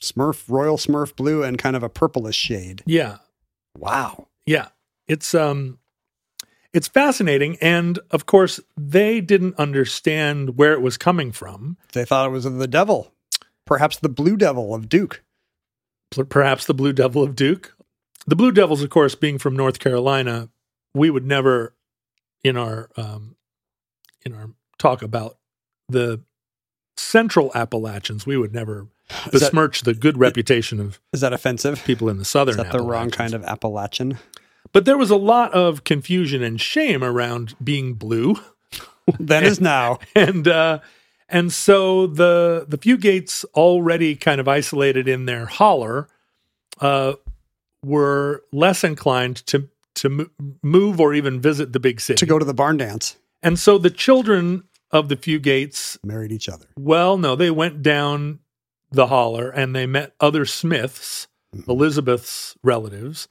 Speaker 1: Smurf Royal Smurf blue and kind of a purplish shade.
Speaker 5: yeah
Speaker 1: Wow.
Speaker 5: Yeah, it's um, it's fascinating, and of course they didn't understand where it was coming from.
Speaker 1: They thought it was of the devil, perhaps the blue devil of Duke.
Speaker 5: P- Perhaps the Blue Devil of Duke, the Blue Devils, of course, being from North Carolina, we would never, in our um, in our talk about the central Appalachians, we would never
Speaker 1: Is that-
Speaker 5: besmirch the good reputation of
Speaker 1: Is that offensive?
Speaker 5: people in the southern.
Speaker 1: Is that the wrong
Speaker 5: Appalachians.
Speaker 1: kind of Appalachian?
Speaker 5: But there was a lot of confusion and shame around being blue.
Speaker 1: that is now.
Speaker 5: and uh and so the the fugates already kind of isolated in their holler uh were less inclined to to mo- move or even visit the big city
Speaker 1: to go to the barn dance,
Speaker 5: and so the children of the fugates
Speaker 1: married each other.
Speaker 5: well no they went down
Speaker 1: Mm-hmm.
Speaker 5: the holler and they met other smiths elizabeth's relatives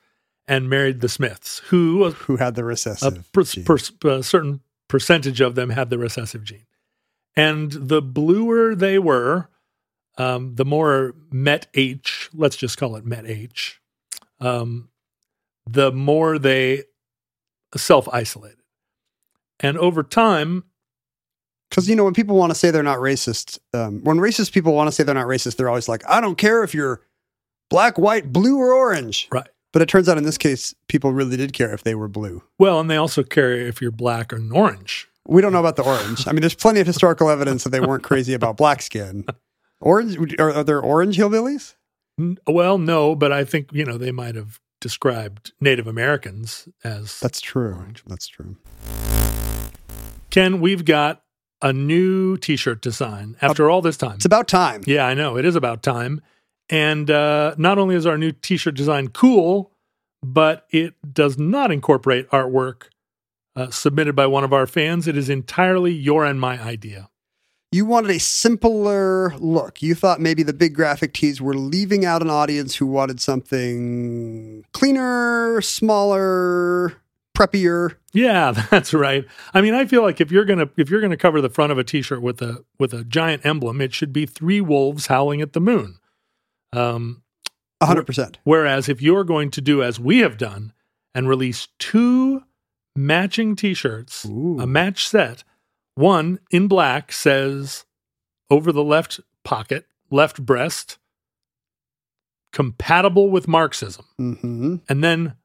Speaker 5: and married the Smiths, who a,
Speaker 1: who had the
Speaker 5: a
Speaker 1: recessive.
Speaker 5: per-
Speaker 1: gene.
Speaker 5: per- a certain percentage of them had the recessive gene. And the bluer they were, um, the more Met H, let's just call it Met H, um, the more they self isolated. And over time,
Speaker 1: Because you know when people want to say they're not racist, um, when racist people want to say they're not racist, they're always like, "I don't care if you're black, white, blue, or orange."
Speaker 5: Right.
Speaker 1: But it turns out in this case, people really did care if they were blue.
Speaker 5: well, and they also care if you're black or orange.
Speaker 1: We don't know about the orange. I mean, there's plenty of historical evidence that they weren't crazy about black skin. Orange? Are, are there orange hillbillies?
Speaker 5: N- Well, no, but I think, you know, they might have described Native Americans as
Speaker 1: That's true. That's true.
Speaker 5: Ken, we've got a new T-shirt design after all this time.
Speaker 1: It's about time.
Speaker 5: yeah, I know it is about time. And uh, not only is our new T-shirt design cool, but it does not incorporate artwork uh, submitted by one of our fans. It is entirely your and my idea.
Speaker 1: You wanted a simpler look. You thought maybe the big graphic tees were leaving out an audience who wanted something cleaner, smaller, preppier.
Speaker 5: Yeah, that's right. I mean, I feel like if you're gonna if you're gonna cover the front of a T-shirt with a with a giant emblem, it should be three wolves howling at the moon. Um,
Speaker 1: 100%.
Speaker 5: Whereas if you're going to do as we have done and release two matching t shirts,
Speaker 1: Ooh.
Speaker 5: a match set, one in black says over the left pocket, left breast, compatible with Marxism.
Speaker 1: hmm
Speaker 5: And then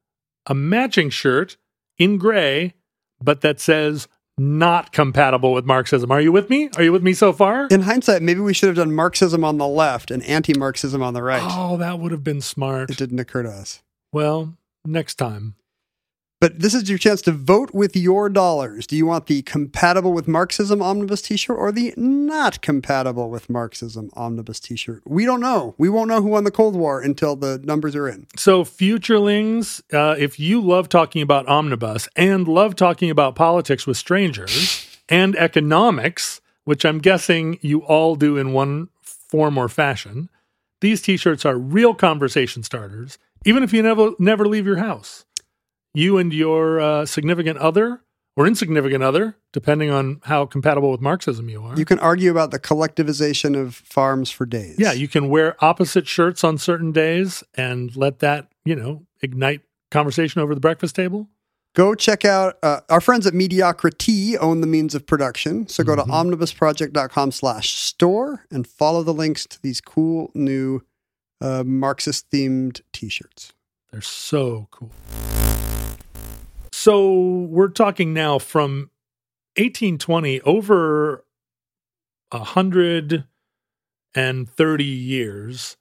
Speaker 5: a matching shirt in gray, but that says not compatible with Marxism. Are you with me? Are you with me so far?
Speaker 1: In hindsight, maybe we should have done Marxism on the left and anti Marxism on the right.
Speaker 5: Oh, that would have been smart.
Speaker 1: It didn't occur to us.
Speaker 5: Well, next time.
Speaker 1: But this is your chance to vote with your dollars. Do you want the compatible with Marxism omnibus t shirt or the not compatible with Marxism omnibus t shirt? We don't know. We won't know who won the Cold War until the numbers are in.
Speaker 5: So, futurelings, uh, if you love talking about omnibus and love talking about politics with strangers and economics, which I'm guessing you all do in one form or fashion, these T-shirts are real conversation starters. Even if you never never leave your house, you and your uh, significant other or insignificant other, depending on how compatible with Marxism you are,
Speaker 1: You can argue about the collectivization of farms for days.
Speaker 5: yeah, you can wear opposite shirts on certain days and let that, you know, ignite conversation over the breakfast table.
Speaker 1: go check out uh, our friends at Mediocrity own the means of production. So go
Speaker 5: Mm-hmm.
Speaker 1: to omnibusproject.com/store and follow the links to these cool new uh, Marxist-themed T-shirts.
Speaker 5: They're so cool. So we're talking now from 1820 over 130 years.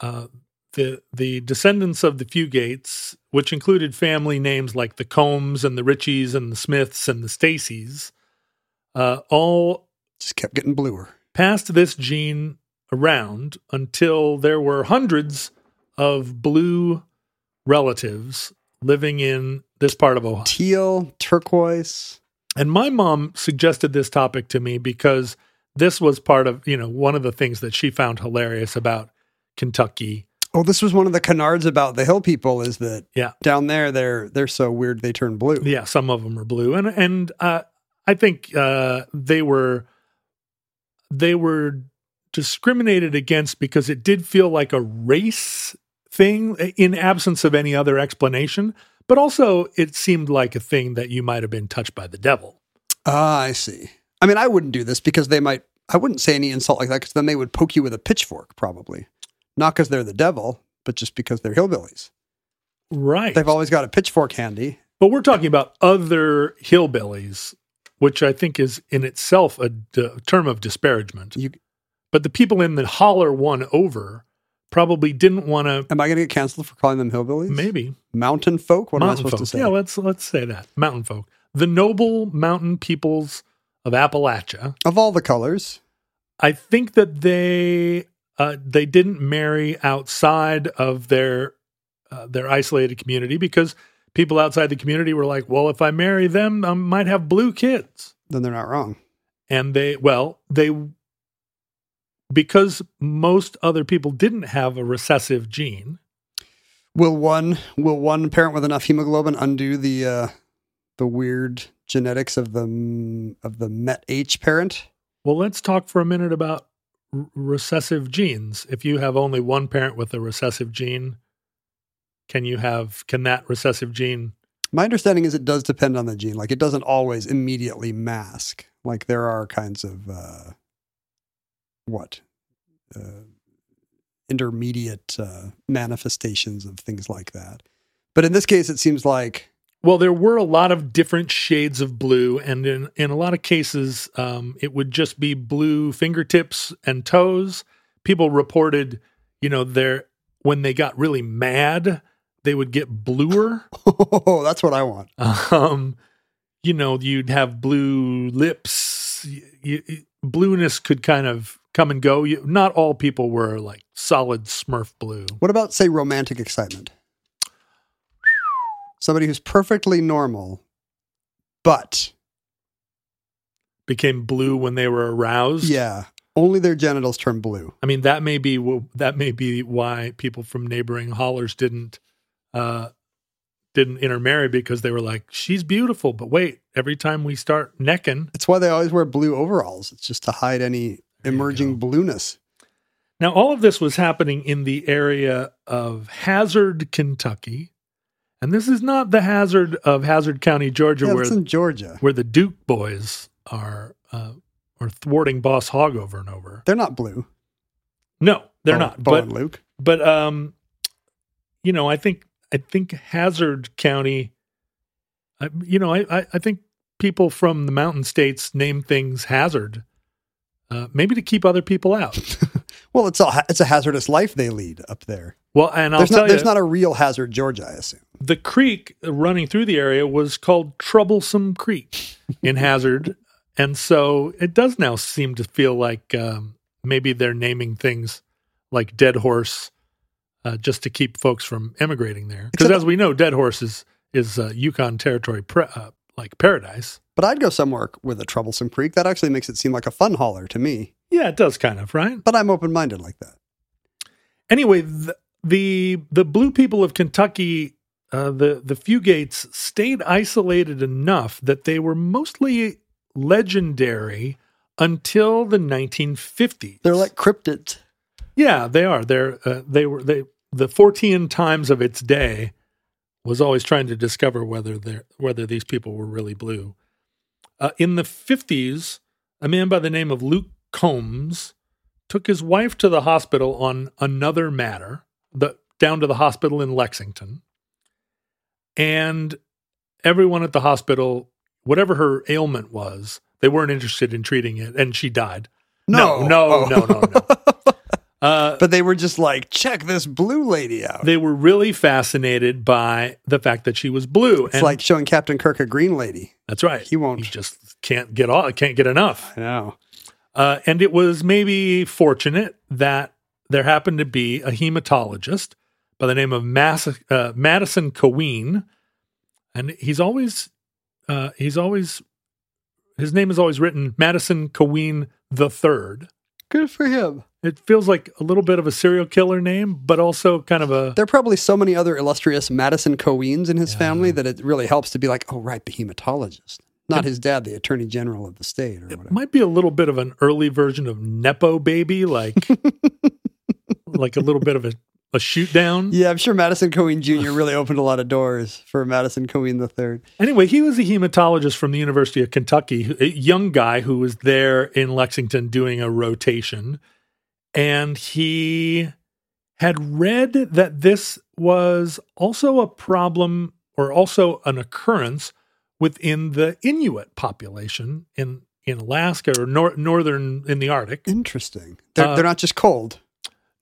Speaker 5: Uh, the the descendants of the Fugates, which included family names like the Combs and the Richies and the Smiths and the Stacys, uh, all
Speaker 1: Just kept getting bluer.
Speaker 5: passed this gene around until there were hundreds of blue relatives living in this part of Ohio.
Speaker 1: Teal, turquoise.
Speaker 5: And my mom suggested this topic to me because this was part of, you know, one of the things that she found hilarious about Kentucky.
Speaker 1: Oh, this was one of the canards about the hill people is that
Speaker 5: Yeah.
Speaker 1: down there they're they're so weird they turn blue.
Speaker 5: Yeah, some of them are blue, and and uh, I think uh, they were they were discriminated against because it did feel like a race thing in absence of any other explanation. But also, it seemed like a thing that you might have been touched by the devil.
Speaker 1: Ah, I see. I mean, I wouldn't do this because they might. I wouldn't say any insult like that because then they would poke you with a pitchfork, probably. Not because they're the devil, but just because they're hillbillies.
Speaker 5: Right.
Speaker 1: They've always got a pitchfork handy.
Speaker 5: But we're talking about other hillbillies, which I think is in itself a d- term of disparagement.
Speaker 1: You-
Speaker 5: but the people in the holler one over probably didn't want to.
Speaker 1: Am I going to get canceled for calling them hillbillies?
Speaker 5: Maybe
Speaker 1: Mountain folk? What am I
Speaker 5: mountain
Speaker 1: supposed
Speaker 5: folk.
Speaker 1: to say?
Speaker 5: Yeah, let's let's say that mountain folk, the noble mountain peoples of Appalachia.
Speaker 1: of all the colors,
Speaker 5: I think that they uh, they didn't marry outside of their uh, their isolated community because people outside the community were like, well, if I marry them, I might have blue kids,
Speaker 1: then they're not wrong.
Speaker 5: and they well they because most other people didn't have a recessive gene.
Speaker 1: Will one will one parent with enough hemoglobin undo the uh, the weird genetics of the m- of the Met H parent?
Speaker 5: Well, let's talk for a minute about r- recessive genes. If you have only one parent with a recessive gene, can you have can that recessive gene?
Speaker 1: My understanding is it does depend on the gene. Like it doesn't always immediately mask. Like there are kinds of uh, what uh, intermediate uh, manifestations of things like that. But in this case, it seems like
Speaker 5: Well, there were a lot of different shades of blue, and in in a lot of cases, um, it would just be blue fingertips and toes. People reported, you know, their when they got really mad, they would get bluer.
Speaker 1: oh, that's what I want.
Speaker 5: um you know you'd have blue lips y y blueness could kind of come and go you, not all people were like solid smurf blue
Speaker 1: What about say romantic excitement? Somebody who's perfectly normal, but
Speaker 5: became blue when they were aroused
Speaker 1: yeah, only their genitals turn blue.
Speaker 5: i mean that may be wh- that may be why people from neighboring hollers didn't uh didn't intermarry because they were like she's beautiful but wait every time we start necking
Speaker 1: It's why they always wear blue overalls. It's just to hide any emerging blueness.
Speaker 5: Now, all of this was happening in the area of Hazard, Kentucky. And this is not the hazard of Hazard County, Georgia,
Speaker 1: Yeah,
Speaker 5: where,
Speaker 1: that's in Georgia.
Speaker 5: where the Duke boys are, uh, are thwarting Boss Hog over and over.
Speaker 1: They're not blue.
Speaker 5: No, they're
Speaker 1: Bo-
Speaker 5: not.
Speaker 1: Bo
Speaker 5: But,
Speaker 1: and Luke.
Speaker 5: but um, you know, I think I think Hazard County, I, you know, I, I I think people from the mountain states name things Hazard, uh, maybe to keep other people out.
Speaker 1: Well, it's a ha- it's a hazardous life they lead up there.
Speaker 5: Well, and I'll
Speaker 1: There's
Speaker 5: tell
Speaker 1: not,
Speaker 5: you,
Speaker 1: there's not a real hazard, Georgia. I assume.
Speaker 5: the creek running through the area was called Troublesome Creek in Hazard. And so it does now seem to feel like um, maybe they're naming things like Dead Horse uh, just to keep folks from emigrating there. Because
Speaker 1: Except-
Speaker 5: as we know, Dead Horse is, is uh, Yukon Territory pre- uh, like paradise.
Speaker 1: But I'd go somewhere with a troublesome creek. That actually makes it seem like a fun hauler to me.
Speaker 5: Yeah, it does kind of, right?
Speaker 1: But I'm open minded like that.
Speaker 5: anyway, the, the the blue people of Kentucky, uh, the the Fugates stayed isolated enough that they were mostly legendary until the 1950s.
Speaker 1: They're like cryptids.
Speaker 5: yeah, they are. They're uh, they were they the 14 times of its day was always trying to discover whether they whether these people were really blue. Uh, in the 50s, a man by the name of Luke Combs took his wife to the hospital on another matter, the, down to the hospital in Lexington. And everyone at the hospital, whatever her ailment was, they weren't interested in treating it, and she died.
Speaker 1: No.
Speaker 5: no,
Speaker 1: Oh.
Speaker 5: no, no, no. Uh,
Speaker 1: But they were just like, check this blue lady out.
Speaker 5: they were really fascinated by the fact that she was blue.
Speaker 1: It's like showing Captain Kirk a green lady.
Speaker 5: that's right.
Speaker 1: he won't.
Speaker 5: He just can't get all. Can't get enough.
Speaker 1: I know.
Speaker 5: Uh, and it was maybe fortunate that there happened to be a hematologist by the name of Mas- uh, Madison Coween, and he's always uh, he's always his name is always written Madison Coween the third.
Speaker 1: Good for him.
Speaker 5: It feels like a little bit of a serial killer name, but also kind of a
Speaker 1: There are probably so many other illustrious Madison Coeens in his family that it really helps to be like, oh, right, the hematologist, not his dad, the attorney general of the state or whatever.
Speaker 5: might be a little bit of an early version of Nepo baby, like like a little bit of a, a shoot down.
Speaker 1: Yeah, I'm sure Madison Cohen Jr. really opened a lot of doors for Madison Cohen III.
Speaker 5: Anyway, he was a hematologist from the University of Kentucky, who- a young guy who was there in Lexington doing a rotation. And he had read that this was also a problem or also an occurrence within the Inuit population in, in Alaska or nor- northern in the Arctic.
Speaker 1: Interesting. They're,
Speaker 5: Uh,
Speaker 1: they're not just cold.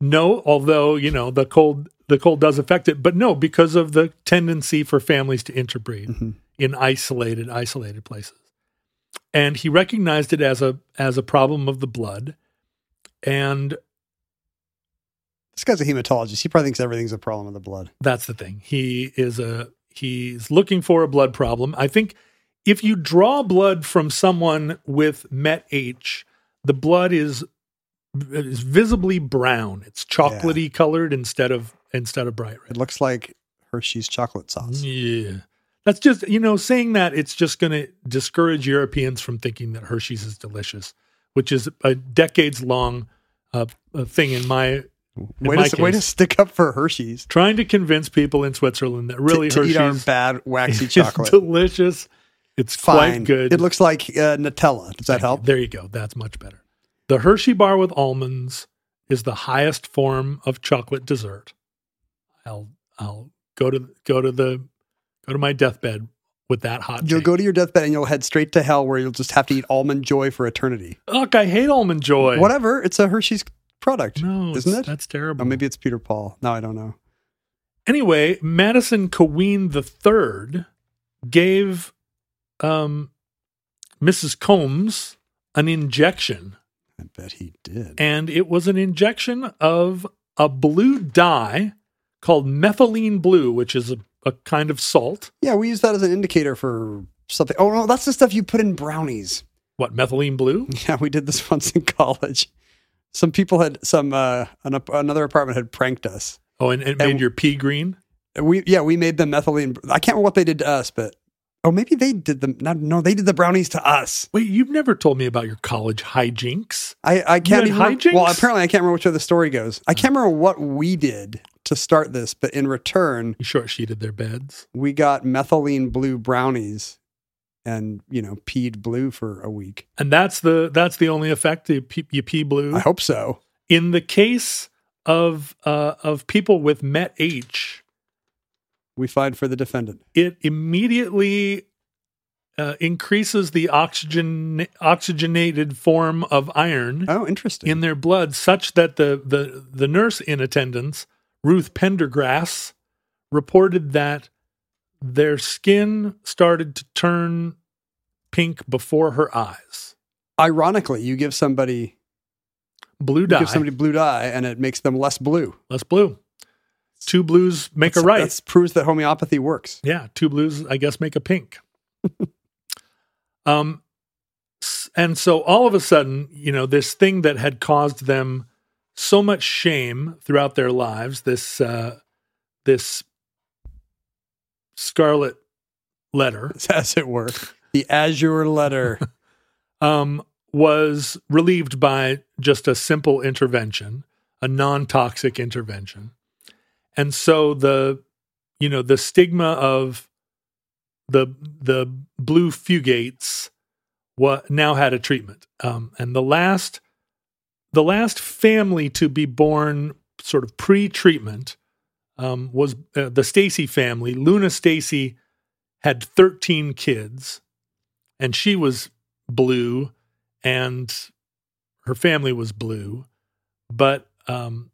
Speaker 5: No, although you know the cold the cold does affect it, but no, because of the tendency for families to interbreed in isolated isolated places. And he recognized it as a as a problem of the blood. And
Speaker 1: This guy's a hematologist. He probably thinks everything's a problem of the blood.
Speaker 5: that's the thing. He is a he's looking for a blood problem. I think if you draw blood from someone with Met H, the blood is is visibly brown. It's chocolatey colored instead of instead of bright red.
Speaker 1: It looks like Hershey's chocolate sauce.
Speaker 5: Yeah. That's just, you know, saying that it's just going to discourage Europeans from thinking that Hershey's is delicious, which is a decades long uh, uh, thing in my. in
Speaker 1: Way
Speaker 5: my
Speaker 1: to, way to
Speaker 5: case.
Speaker 1: stick up for Hershey's.
Speaker 5: Trying to convince people in Switzerland that
Speaker 1: to-
Speaker 5: really
Speaker 1: to, eat our
Speaker 5: Hershey's
Speaker 1: bad waxy
Speaker 5: is
Speaker 1: chocolate.
Speaker 5: delicious. It's
Speaker 1: Fine.
Speaker 5: quite good.
Speaker 1: It looks like uh, Nutella. Does that help?
Speaker 5: There you go. That's much better. The Hershey bar with almonds is the highest form of chocolate dessert. I'll I'll go to go to the go to my deathbed with that hot.
Speaker 1: You'll
Speaker 5: take.
Speaker 1: go to your deathbed and you'll head straight to hell where you'll just have to eat almond joy for eternity.
Speaker 5: Look, I hate almond joy.
Speaker 1: Whatever. It's a Hershey's product,
Speaker 5: Oh, No,
Speaker 1: isn't it?
Speaker 5: it's- That's
Speaker 1: Oh,
Speaker 5: terrible.
Speaker 1: maybe it's Peter Paul. No, I don't know.
Speaker 5: anyway, Madison Caween the third gave um, Mrs. Combs an injection,
Speaker 1: I bet he did.
Speaker 5: and it was an injection of a blue dye called methylene blue, which is a, a kind of salt.
Speaker 1: yeah, we use that as an indicator for something. Oh no, that's the stuff you put in brownies.
Speaker 5: What methylene blue?
Speaker 1: Yeah, we did this once in college. Some people had some uh, an, ap- another apartment had pranked us.
Speaker 5: Oh, and it made
Speaker 1: And-
Speaker 5: your pea green.
Speaker 1: We yeah, we made them methylene. I can't remember what they did to us, but oh, maybe they did them. No, no, they did the brownies to us.
Speaker 5: Wait, you've never told me about your college hijinks.
Speaker 1: I, I can't
Speaker 5: had
Speaker 1: even remember-
Speaker 5: hijinks?
Speaker 1: well apparently I can't remember which way the story goes. I can't remember what we did to start this, but in return
Speaker 5: You short sheeted their beds.
Speaker 1: we got methylene blue brownies and you know peed blue for a week.
Speaker 5: And that's the that's the only effect you pee, you pee blue.
Speaker 1: I hope so.
Speaker 5: in the case of uh, of people with Met H,
Speaker 1: We find for the defendant.
Speaker 5: it immediately uh, increases the oxygen oxygenated form of iron
Speaker 1: Oh, interesting.
Speaker 5: in their blood, such that the the the nurse in attendance, Ruth Pendergrass, reported that their skin started to turn pink before her eyes.
Speaker 1: Ironically, you give somebody
Speaker 5: Blue
Speaker 1: you
Speaker 5: dye,
Speaker 1: give somebody blue dye and it makes them less blue.
Speaker 5: less blue. Two blues make
Speaker 1: That's-
Speaker 5: a right.
Speaker 1: that's- proves that homeopathy works.
Speaker 5: Yeah, two blues, I guess, make a pink. um, s- and so all of a sudden, you know, this thing that had caused them so much shame throughout their lives, this uh, this scarlet letter,
Speaker 1: As it were. The azure letter.
Speaker 5: um, was relieved by just a simple intervention, a non-toxic intervention. And so the you know, the stigma of the the blue fugates what now had a treatment. Um, and the last the last family to be born sort of pre-treatment um, was uh, the Stacy family. Luna Stacy had 13 kids and she was blue and her family was blue but um,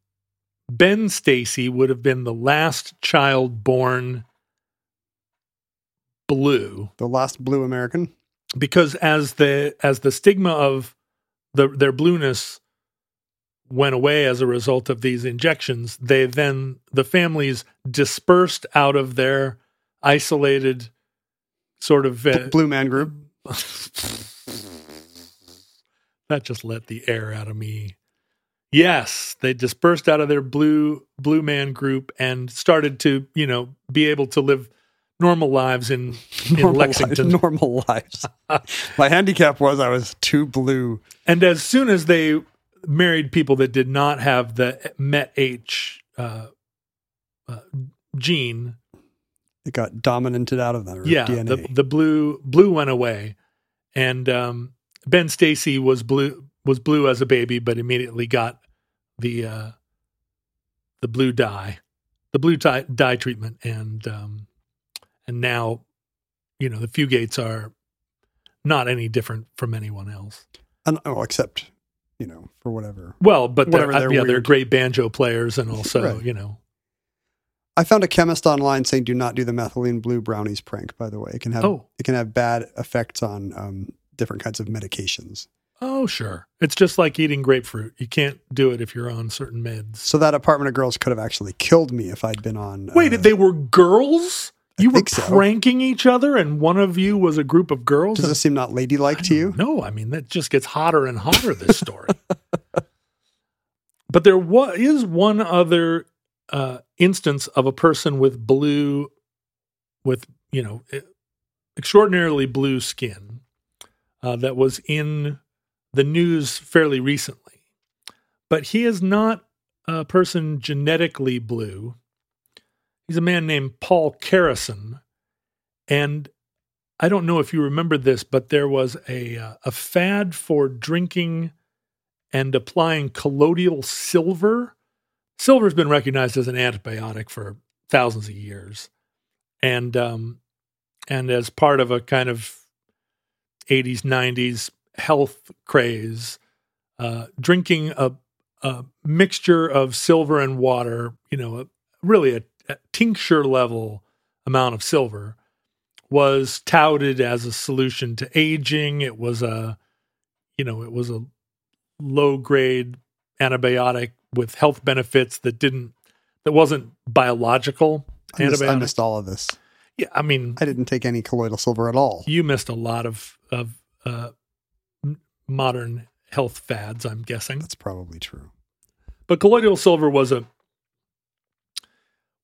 Speaker 5: ben stacy would have been the last child born blue
Speaker 1: the last blue American.
Speaker 5: because as the as the stigma of the, their blueness went away as a result of these injections they then the families dispersed out of their isolated sort of
Speaker 1: Bl-
Speaker 5: uh,
Speaker 1: blue man group.
Speaker 5: that just let the air out of me. Yes, they dispersed out of their blue blue man group and started to, you know, be able to live normal lives in, in
Speaker 1: Normal lives-
Speaker 5: Lexington.
Speaker 1: normal lives. My handicap was I was too blue.
Speaker 5: And as soon as they married people that did not have the Met H uh, uh, gene,
Speaker 1: It got dominanted out of that. or
Speaker 5: yeah,
Speaker 1: DNA.
Speaker 5: the the blue blue went away, and um, Ben Stacy was blue was blue as a baby, but immediately got the uh, the blue dye, the blue dye, dye treatment, and um, and now you know the fugates are not any different from anyone else.
Speaker 1: And- oh, except you know for whatever.
Speaker 5: Well, but they're,
Speaker 1: Whatever, they're
Speaker 5: yeah, they're
Speaker 1: weird.
Speaker 5: great banjo players, and also
Speaker 1: Right.
Speaker 5: you know
Speaker 1: I found a chemist online saying do not do the methylene blue brownies prank. By the way, it can have
Speaker 5: Oh.
Speaker 1: it can have bad effects on um, different kinds of medications.
Speaker 5: oh sure, it's just like eating grapefruit. You can't do it if you're on certain meds.
Speaker 1: So that apartment of girls could have actually killed me if I'd been on.
Speaker 5: Wait,
Speaker 1: uh,
Speaker 5: they were girls? You were
Speaker 1: think so.
Speaker 5: pranking each other, and one of you was a group of girls.
Speaker 1: Does this seem not ladylike to you?
Speaker 5: No, I mean that just gets hotter and hotter. This story, but there wa- is one other uh, instance of a person with blue, with you know, e- extraordinarily blue skin uh, that was in the news fairly recently, but he is not a person genetically blue. He's a man named Paul Carrison, and I don't know if you remember this, but there was a uh, a fad for drinking and applying colloidal silver. Silver's been recognized as an antibiotic for thousands of years, and um, and as part of a kind of 80s 90s health craze, uh, drinking a a mixture of silver and water, you know, a, really a, a tincture level amount of silver was touted as a solution to aging. It was a, you know, it was a low grade antibiotic with health benefits that didn't, that wasn't biological
Speaker 1: I missed, I
Speaker 5: antibiotic.
Speaker 1: missed all of this.
Speaker 5: yeah, I mean,
Speaker 1: I didn't take any colloidal silver at all.
Speaker 5: you missed a lot of of uh, m- modern health fads, I'm guessing.
Speaker 1: That's probably true.
Speaker 5: But colloidal silver was a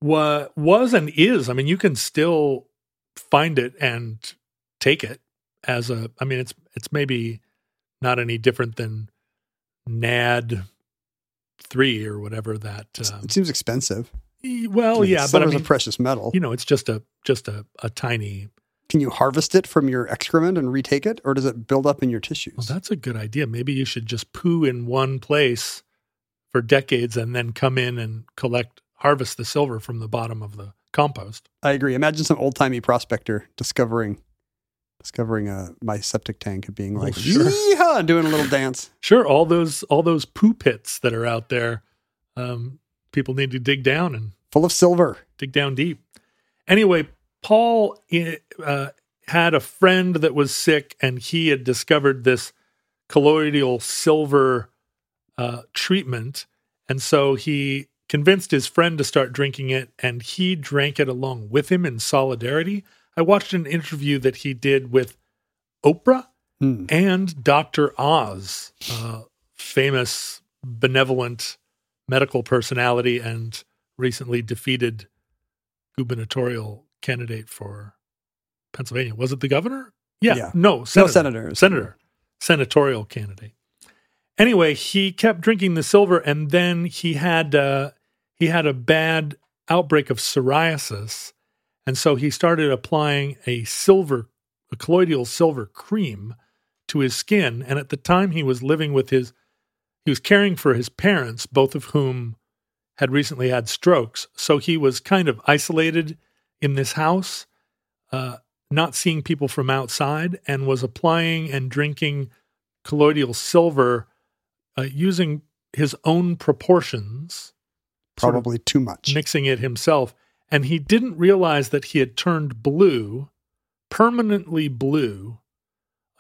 Speaker 5: was was and is. I mean, you can still find it and take it as a. I mean, it's it's maybe not any different than NAD three or whatever that. Um,
Speaker 1: It seems expensive.
Speaker 5: e-
Speaker 1: I
Speaker 5: well,
Speaker 1: mean,
Speaker 5: yeah, but I
Speaker 1: silver's
Speaker 5: mean,
Speaker 1: a precious metal.
Speaker 5: you know, it's just a just a, a tiny.
Speaker 1: Can you harvest it from your excrement and retake it, or does it build up in your tissues?
Speaker 5: Well, that's a good idea. Maybe you should just poo in one place for decades and then come in and collect harvest the silver from the bottom of the compost.
Speaker 1: I agree. Imagine some old timey prospector discovering discovering uh, my septic tank and being like,
Speaker 5: Oh, sure.
Speaker 1: "Yeehaw!" doing a little dance.
Speaker 5: Sure, all those all those poo pits that are out there, um, people need to dig down and
Speaker 1: full of silver.
Speaker 5: dig down deep. Anyway, Paul eh, uh, had a friend that was sick, and he had discovered this colloidal silver uh, treatment, and so he convinced his friend to start drinking it, and he drank it along with him in solidarity. I watched an interview that he did with Oprah
Speaker 1: Hmm.
Speaker 5: and Dr. Oz, uh, famous benevolent medical personality and recently defeated gubernatorial candidate for Pennsylvania. Was it the governor? Yeah.
Speaker 1: Yeah.
Speaker 5: No, senator.
Speaker 1: senator.
Speaker 5: Senator. Senatorial candidate. Anyway, he kept drinking the silver and then he had uh, he had a bad outbreak of psoriasis. And so he started applying a silver, a colloidal silver cream to his skin. And at the time, he was living with his, he was caring for his parents, both of whom had recently had strokes. So he was kind of isolated in this house, uh, not seeing people from outside, and was applying and drinking colloidal silver uh, using his own proportions sort of
Speaker 1: Probably too much.
Speaker 5: mixing it himself. And he didn't realize that he had turned blue, permanently blue,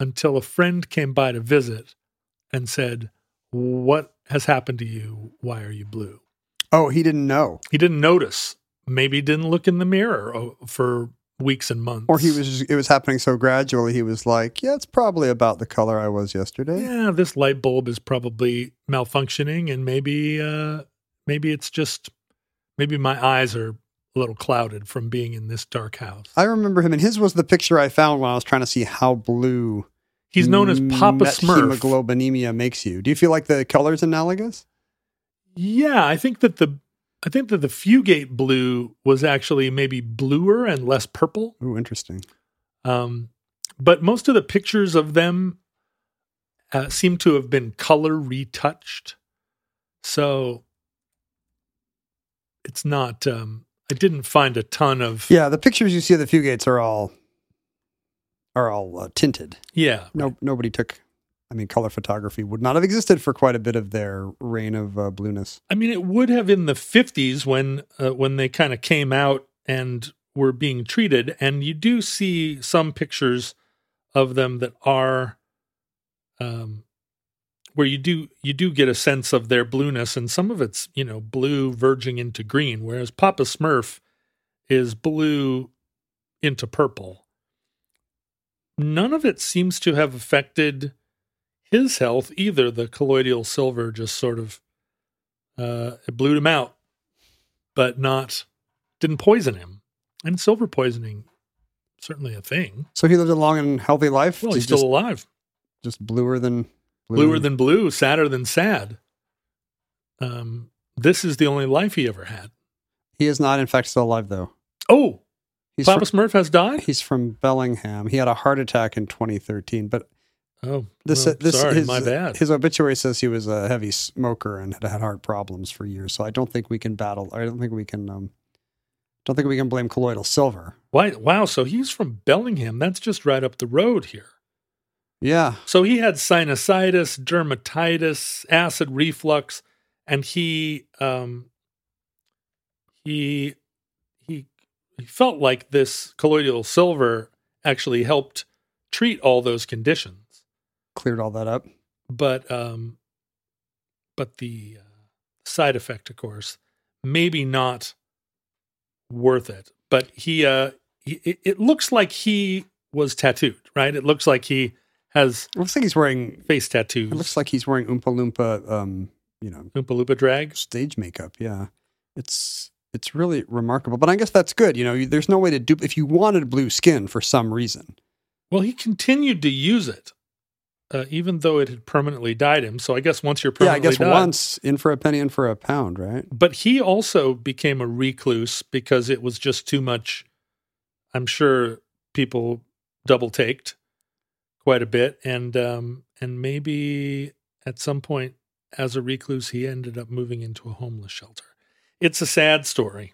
Speaker 5: until a friend came by to visit and said, What has happened to you? Why are you blue?
Speaker 1: Oh, he didn't know,
Speaker 5: He didn't notice. Maybe he didn't look in the mirror oh, for weeks and months.
Speaker 1: or he was just, it was happening so gradually. He was like, "Yeah, it's probably about the color I was yesterday."
Speaker 5: yeah, this light bulb is probably malfunctioning, and maybe uh, maybe it's just maybe my eyes are a little clouded from being in this dark house.
Speaker 1: I remember him, and his was the picture I found when I was trying to see how blue.
Speaker 5: He's known as Papa Smurf.
Speaker 1: Hemoglobinemia makes you. Do you feel like the color's analogous?
Speaker 5: Yeah, I think that the I think that the Fugate blue was actually maybe bluer and less purple.
Speaker 1: Ooh, interesting.
Speaker 5: Um, but most of the pictures of them uh, seem to have been color retouched. So it's not. Um, I didn't find a ton of.
Speaker 1: Yeah, the pictures you see of the Fugates are all are all uh, tinted.
Speaker 5: yeah.
Speaker 1: No, nobody took. I mean, color photography would not have existed for quite a bit of their reign of uh, blueness.
Speaker 5: I mean, it would have in the fifties when uh, when they kind of came out and were being treated, and you do see some pictures of them that are, um, where you do you do get a sense of their blueness, and some of it's you know blue verging into green, whereas Papa Smurf is blue into purple. None of it seems to have affected his health either. The colloidal silver just sort of uh, it blew him out. but not didn't poison him. And silver poisoning certainly a thing.
Speaker 1: So he lived a long and healthy life.
Speaker 5: Well, he's
Speaker 1: just,
Speaker 5: still alive.
Speaker 1: just bluer than
Speaker 5: Bluer than blue, sadder than sad. Um, this is the only life he ever had.
Speaker 1: He is not, in fact, still alive though.
Speaker 5: Oh,
Speaker 1: He's
Speaker 5: Papa Smurf has
Speaker 1: from,
Speaker 5: died.
Speaker 1: he's from Bellingham. He had a heart attack in 2013, but
Speaker 5: Oh,
Speaker 1: this uh,
Speaker 5: well,
Speaker 1: this
Speaker 5: sorry,
Speaker 1: his,
Speaker 5: my bad.
Speaker 1: His obituary says he was a heavy smoker and had had heart problems for years. So I don't think we can battle. I don't think we can. Um, don't think we can blame colloidal silver.
Speaker 5: Why, wow, so he's from Bellingham. That's just right up the road here.
Speaker 1: Yeah,
Speaker 5: So he had sinusitis, dermatitis, acid reflux, and he um, he he he felt like this colloidal silver actually helped treat all those conditions.
Speaker 1: cleared all that up.
Speaker 5: But um, but the uh, side effect, of course, maybe not worth it. But he uh, he, it, it looks like he was tattooed, right? It looks like he has
Speaker 1: It looks like he's wearing.
Speaker 5: face tattoos.
Speaker 1: It looks like he's wearing Oompa Loompa. Um, you know,
Speaker 5: Oompa Loompa drag.
Speaker 1: stage makeup. Yeah, it's it's really remarkable. But I guess that's good. You know, you- there's no way to do if you wanted blue skin for some reason.
Speaker 5: Well, he continued to use it, uh, even though it had permanently died him. So I guess once you're
Speaker 1: Yeah, I
Speaker 5: permanently
Speaker 1: guess
Speaker 5: dyed-
Speaker 1: once in for a penny, in for a pound, right?
Speaker 5: But he also became a recluse because it was just too much. I'm sure people double taked quite a bit, and um, and maybe at some point as a recluse, he ended up moving into a homeless shelter. It's a sad story.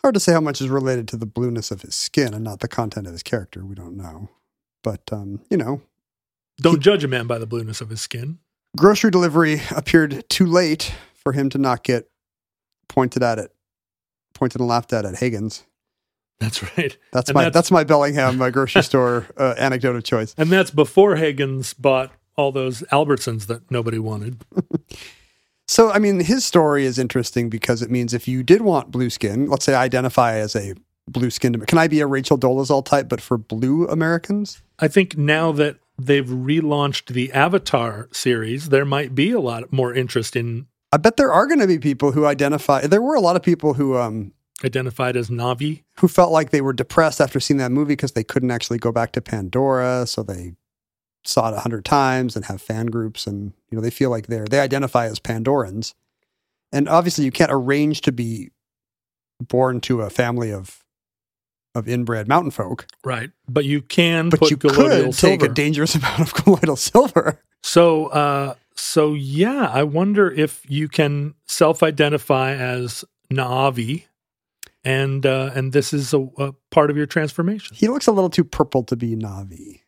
Speaker 1: Hard to say how much is related to the blueness of his skin and not the content of his character. We don't know. But um, you know,
Speaker 5: Don't judge a man by the blueness of his skin.
Speaker 1: grocery delivery appeared too late for him to not get pointed at it, pointed and laughed at at Hagen's.
Speaker 5: That's right.
Speaker 1: That's
Speaker 5: And
Speaker 1: my that's, my Bellingham uh, grocery store uh, anecdote of choice.
Speaker 5: And that's before Higgins bought all those Albertsons that nobody wanted.
Speaker 1: So, I mean, his story is interesting because it means if you did want blue skin, let's say I identify as a blue skinned, can I be a Rachel Dolezal type, but for blue Americans?
Speaker 5: I think now that they've relaunched the Avatar series, there might be a lot more interest in
Speaker 1: I bet there are going to be people who identify. There were a lot of people who, um,
Speaker 5: identified as Navi.
Speaker 1: who felt like they were depressed after seeing that movie because they couldn't actually go back to Pandora. So they saw it a hundred times and have fan groups, and you know they feel like they're they identify as Pandorans. And obviously, you can't arrange to be born to a family of of inbred mountain folk,
Speaker 5: Right. But you can
Speaker 1: but
Speaker 5: put
Speaker 1: you
Speaker 5: colloidal
Speaker 1: could
Speaker 5: silver.
Speaker 1: take a dangerous amount of colloidal silver.
Speaker 5: so uh so yeah, I wonder if you can self-identify as Na'vi and uh and this is a, a part of your transformation.
Speaker 1: He looks a little too purple to be Navi.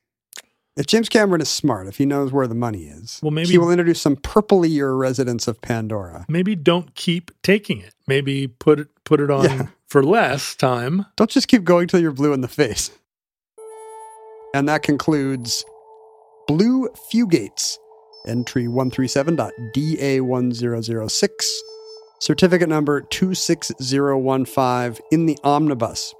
Speaker 1: If James Cameron is smart, if he knows where the money is,
Speaker 5: Well, maybe-
Speaker 1: he will introduce some purplier residents of Pandora.
Speaker 5: Maybe don't keep taking it. Maybe put it put it on
Speaker 1: Yeah.
Speaker 5: for less time.
Speaker 1: Don't just keep going till you're blue in the face. And that concludes Blue Fugates, entry 137.DA1006, certificate number 26015 in the omnibus.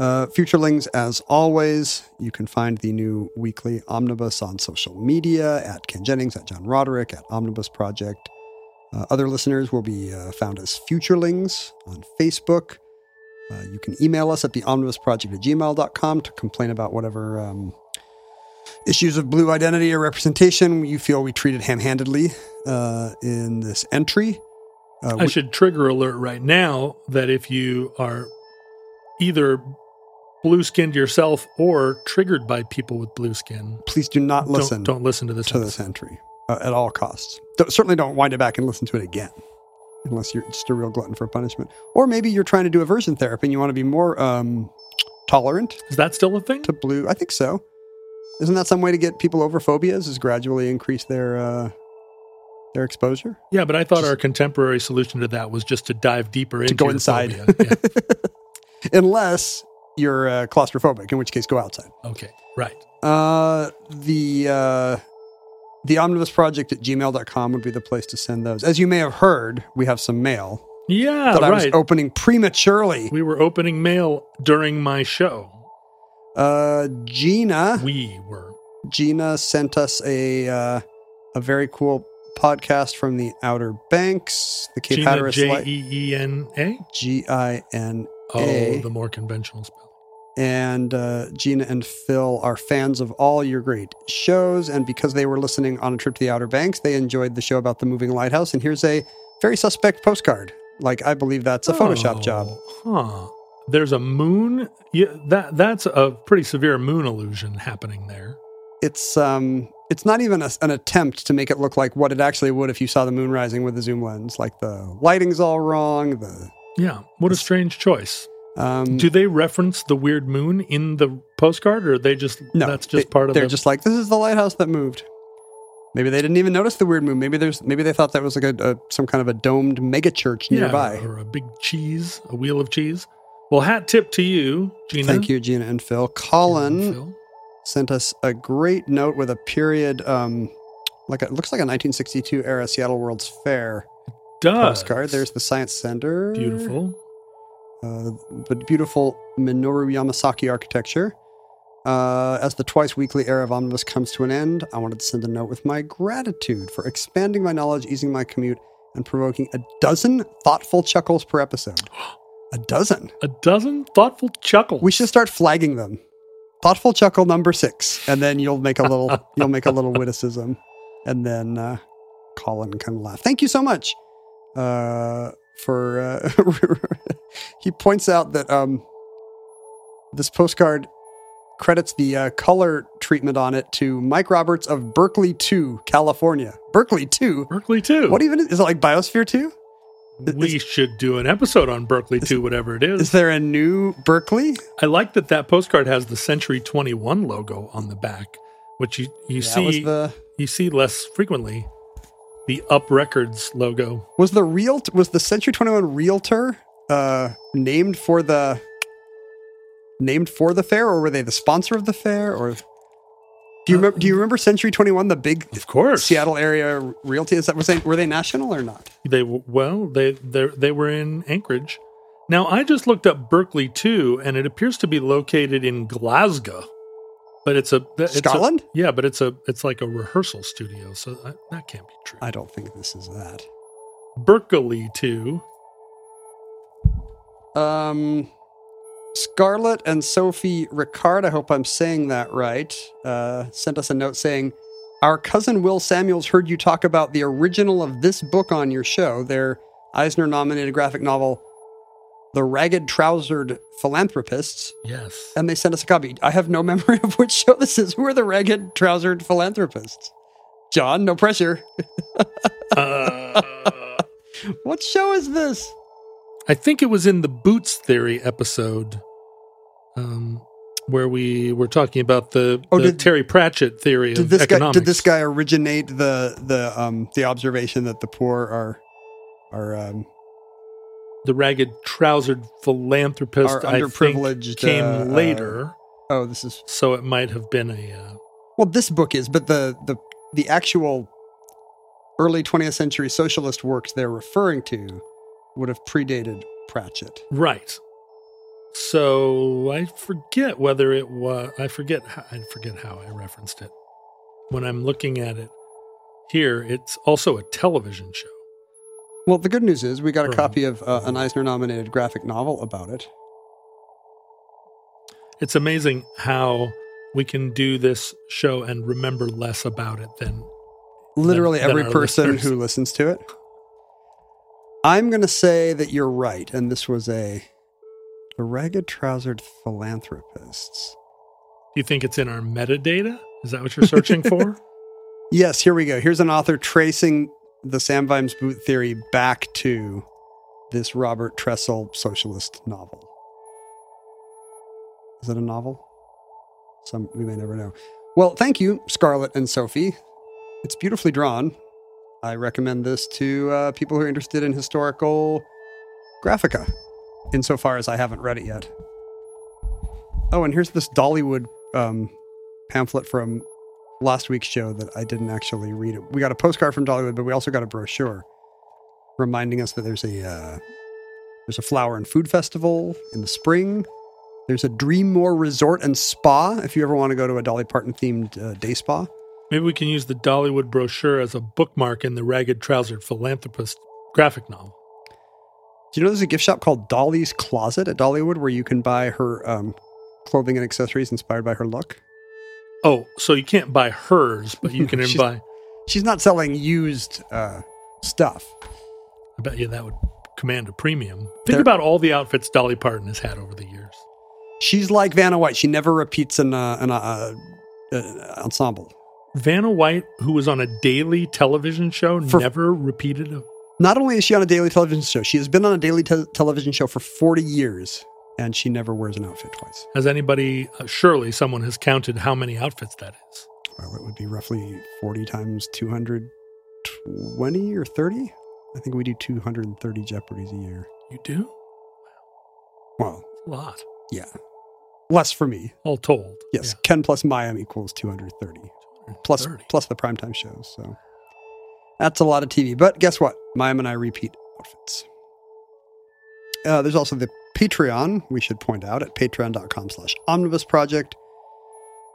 Speaker 1: Uh, futurelings, as always, you can find the new weekly omnibus on social media at Ken Jennings, at John Roderick, at Omnibus Project. Uh, other listeners will be uh, found as Futurelings on Facebook. Uh, you can email us at the omnibusproject at gmail.com to complain about whatever um, issues of blue identity or representation you feel we treated ham handedly uh, in this entry. Uh,
Speaker 5: I
Speaker 1: we-
Speaker 5: should trigger alert right now that if you are either blue skinned yourself or triggered by people with blue skin,
Speaker 1: please do not listen
Speaker 5: don't, don't listen to this.
Speaker 1: to this
Speaker 5: episode.
Speaker 1: entry uh, at all costs. Don't- certainly don't wind it back and listen to it again. Unless you're just a real glutton for punishment. Or maybe you're trying to do aversion therapy and you want to be more um, tolerant
Speaker 5: Is that still a thing?
Speaker 1: to blue. I think so. Isn't that some way to get people over phobias? Is gradually increase their uh, their exposure?
Speaker 5: Yeah, but I thought
Speaker 1: Just-
Speaker 5: our contemporary solution to that was just to dive deeper into
Speaker 1: go
Speaker 5: your
Speaker 1: inside.
Speaker 5: phobia. Yeah.
Speaker 1: Unless you're uh, claustrophobic, in which case go outside.
Speaker 5: Okay, right.
Speaker 1: Uh, the uh, the omnibus project at gmail.com would be the place to send those. As you may have heard, we have some mail
Speaker 5: Yeah,
Speaker 1: that I was
Speaker 5: Oh, right.
Speaker 1: opening prematurely.
Speaker 5: we were opening mail during my show.
Speaker 1: Uh, Gina
Speaker 5: We were.
Speaker 1: Gina sent us a uh, a very cool podcast from the Outer Banks, the Cape
Speaker 5: Gina,
Speaker 1: Hatteras
Speaker 5: J
Speaker 1: Light,
Speaker 5: E E N A?
Speaker 1: G I N
Speaker 5: Oh,
Speaker 1: A.
Speaker 5: the more conventional spelling.
Speaker 1: and uh, Gina and Phil are fans of all your great shows. And because they were listening on a trip to the Outer Banks, they enjoyed the show about the moving lighthouse. And here's a very suspect postcard. Like, I believe that's a Photoshop
Speaker 5: Oh,
Speaker 1: job.
Speaker 5: Huh. There's a moon. Yeah, that that's a pretty severe moon illusion happening there.
Speaker 1: It's um, it's not even a, an attempt to make it look like what it actually would if you saw the moon rising with a zoom lens. Like the lighting's all wrong. The
Speaker 5: Yeah. What a strange choice.
Speaker 1: um,
Speaker 5: Do they reference the weird moon in the postcard, or they just
Speaker 1: no,
Speaker 5: that's just
Speaker 1: they-
Speaker 5: part of
Speaker 1: They're
Speaker 5: the
Speaker 1: just like this is the lighthouse that moved. Maybe they didn't even notice the weird moon. Maybe there's maybe they thought that was like a, a some kind of a domed megachurch
Speaker 5: Yeah,
Speaker 1: nearby.
Speaker 5: or a big cheese, a wheel of cheese. Well, hat tip to you, Gina.
Speaker 1: Thank you, Gina and Phil. Colin
Speaker 5: Phil.
Speaker 1: sent us a great note with a period, um, like a, it looks like a 1962 era Seattle World's Fair
Speaker 5: Does.
Speaker 1: postcard. There's the Science Center.
Speaker 5: Ah, beautiful.
Speaker 1: Uh, the beautiful Minoru Yamasaki architecture. Uh, as the twice weekly era of Omnibus comes to an end, I wanted to send a note with my gratitude for expanding my knowledge, easing my commute, and provoking a dozen thoughtful chuckles per episode. A dozen.
Speaker 5: A dozen thoughtful chuckles.
Speaker 1: We should start flagging them. Thoughtful chuckle number six, and then you'll make a little you'll make a little witticism, and then uh, Colin can laugh. Thank you so much uh, for. Uh, he points out that um, this postcard credits the uh, color treatment on it to Mike Roberts of Berkeley Two, California. Berkeley Two.
Speaker 5: Berkeley too.
Speaker 1: What even is, is it like Biosphere Two?
Speaker 5: we should do an episode on Berkeley too, whatever it
Speaker 1: Is there a new Berkeley?
Speaker 5: I like that that postcard has the Century 21 logo on the back, which you, you
Speaker 1: that was
Speaker 5: see
Speaker 1: the
Speaker 5: you see less frequently. The Up Records logo.
Speaker 1: Was the real was the Century 21 realtor uh named for the named for the fair or were they the sponsor of the fair or Do you remember do you remember Century 21 the big
Speaker 5: Uh, mm. Of course,
Speaker 1: Seattle area realty is that was they, were they national or not?
Speaker 5: They w- well, they they they were in Anchorage. Now I just looked up Berkeley too, and it appears to be located in Glasgow, but it's a th- it's a-
Speaker 1: Scotland?
Speaker 5: yeah, but it's a it's like a rehearsal studio, so that, that can't be true.
Speaker 1: I don't think this is that.
Speaker 5: Berkeley too.
Speaker 1: Um Scarlett and Sophie Ricard, I hope I'm saying that right, uh, sent us a note saying, Our cousin Will Samuels heard you talk about the original of this book on your show, their Eisner nominated graphic novel, The Ragged Trousered Philanthropists,
Speaker 5: Yes,
Speaker 1: and they sent us a copy. I have no memory of which show this is. Who are the Ragged Trousered Philanthropists? John, no pressure.
Speaker 5: uh,
Speaker 1: What show is this?
Speaker 5: I think it was in the Boots Theory episode, um, where we were talking about the,
Speaker 1: Oh,
Speaker 5: the
Speaker 1: did-
Speaker 5: Terry Pratchett theory
Speaker 1: did
Speaker 5: of
Speaker 1: this guy
Speaker 5: economics.
Speaker 1: did this guy originate the the um the observation that the poor are are um
Speaker 5: the ragged trousered philanthropist,
Speaker 1: Our
Speaker 5: I think,
Speaker 1: underprivileged,
Speaker 5: came
Speaker 1: uh,
Speaker 5: later,
Speaker 1: oh this is
Speaker 5: so it might have been a. Uh,
Speaker 1: well this book is but the the the actual early 20th century socialist works they're referring to would have predated Pratchett.
Speaker 5: Right. So I forget whether it was. I forget. How, I forget how I referenced it. When I'm looking at it here, it's also a television show.
Speaker 1: Well, the good news is we got a
Speaker 5: Right.
Speaker 1: copy of uh, an Eisner nominated graphic novel about it.
Speaker 5: It's amazing how we can do this show and remember less about it than
Speaker 1: literally
Speaker 5: than
Speaker 1: every
Speaker 5: our
Speaker 1: person
Speaker 5: listeners.
Speaker 1: who listens to it. I'm going to say that you're right, and this was a the ragged trousered philanthropists.
Speaker 5: Do you think it's in our metadata? Is that what you're searching for?
Speaker 1: Yes, here we go. Here's an author tracing the Sam Vimes boot theory back to this Robert Tressel socialist novel. Is it a novel? Some we may never know. Well, thank you, Scarlett and Sophie. It's beautifully drawn. I recommend this to uh, people who are interested in historical graphica, insofar as I haven't read it yet. Oh, and here's this Dollywood um, pamphlet from last week's show that I didn't actually read it. We got a postcard from Dollywood, but we also got a brochure reminding us that there's a uh, there's a flower and food festival in the spring. There's a Dreammore Resort and Spa if you ever want to go to a Dolly Parton themed uh, day spa.
Speaker 5: Maybe we can use the Dollywood brochure as a bookmark in the Ragged Trousered Philanthropist graphic novel.
Speaker 1: Do you know there's a gift shop called Dolly's Closet at Dollywood where you can buy her um, clothing and accessories inspired by her look?
Speaker 5: Oh, so you can't buy hers, but you can
Speaker 1: She's-
Speaker 5: buy.
Speaker 1: She's not selling used uh, stuff.
Speaker 5: I bet you that would command a premium. Think
Speaker 1: There-
Speaker 5: about all the outfits Dolly Parton has had over the years.
Speaker 1: She's like Vanna White. She never repeats an, uh, an uh, uh, ensemble.
Speaker 5: Vanna White, who was on a daily television show,
Speaker 1: For-
Speaker 5: never repeated a.
Speaker 1: Not only is she on a daily television show, she has been on a daily te- television show for 40 years and she never wears an outfit twice.
Speaker 5: Has anybody, uh, surely someone has counted how many outfits that is?
Speaker 1: Well, it would be roughly 40 times 220 or 30. I think we do 230 Jeopardies a year.
Speaker 5: You do?
Speaker 1: Well,
Speaker 5: A lot.
Speaker 1: yeah. Less for me.
Speaker 5: All told.
Speaker 1: Yes. Ken plus Miami equals 230.
Speaker 5: Yeah.
Speaker 1: Plus,
Speaker 5: 30.
Speaker 1: plus the primetime shows. So that's a lot of TV. But guess what? Mayim and I repeat outfits. Uh, there's also the Patreon, we should point out, at patreon.com slash omnibus project,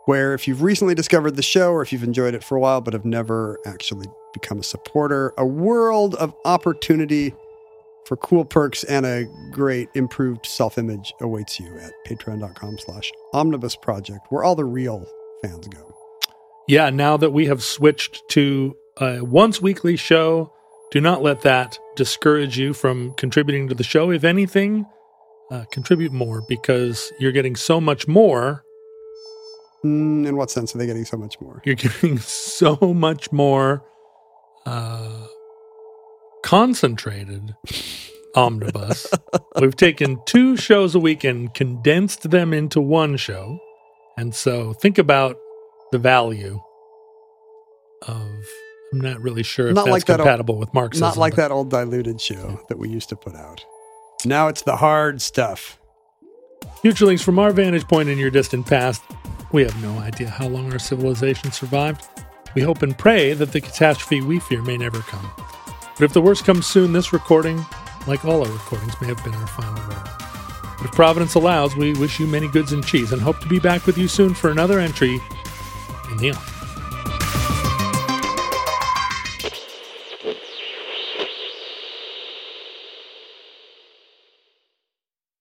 Speaker 1: where if you've recently discovered the show or if you've enjoyed it for a while but have never actually become a supporter, a world of opportunity for cool perks and a great improved self-image awaits you at patreon.com slash omnibus project, where all the real fans go.
Speaker 5: Yeah, now that we have switched to a once weekly show, do not let that discourage you from contributing to the show. If anything, uh, contribute more because you're getting so much more.
Speaker 1: Mm, in what sense are they getting so much more?
Speaker 5: You're getting so much more uh, concentrated omnibus. We've taken two shows a week and condensed them into one show. And so think about the value of. I'm not really sure if
Speaker 1: Not
Speaker 5: that's
Speaker 1: like that-
Speaker 5: compatible with Marxism.
Speaker 1: Not like
Speaker 5: but
Speaker 1: that old diluted show that we used to put out. Now it's the hard stuff.
Speaker 5: Future links from our vantage point in your distant past. We have no idea how long our civilization survived. We hope and pray that the catastrophe we fear may never come. But if the worst comes soon, this recording, like all our recordings, may have been our final word. But if Providence allows, we wish you many goods and cheese and hope to be back with you soon for another entry in the office.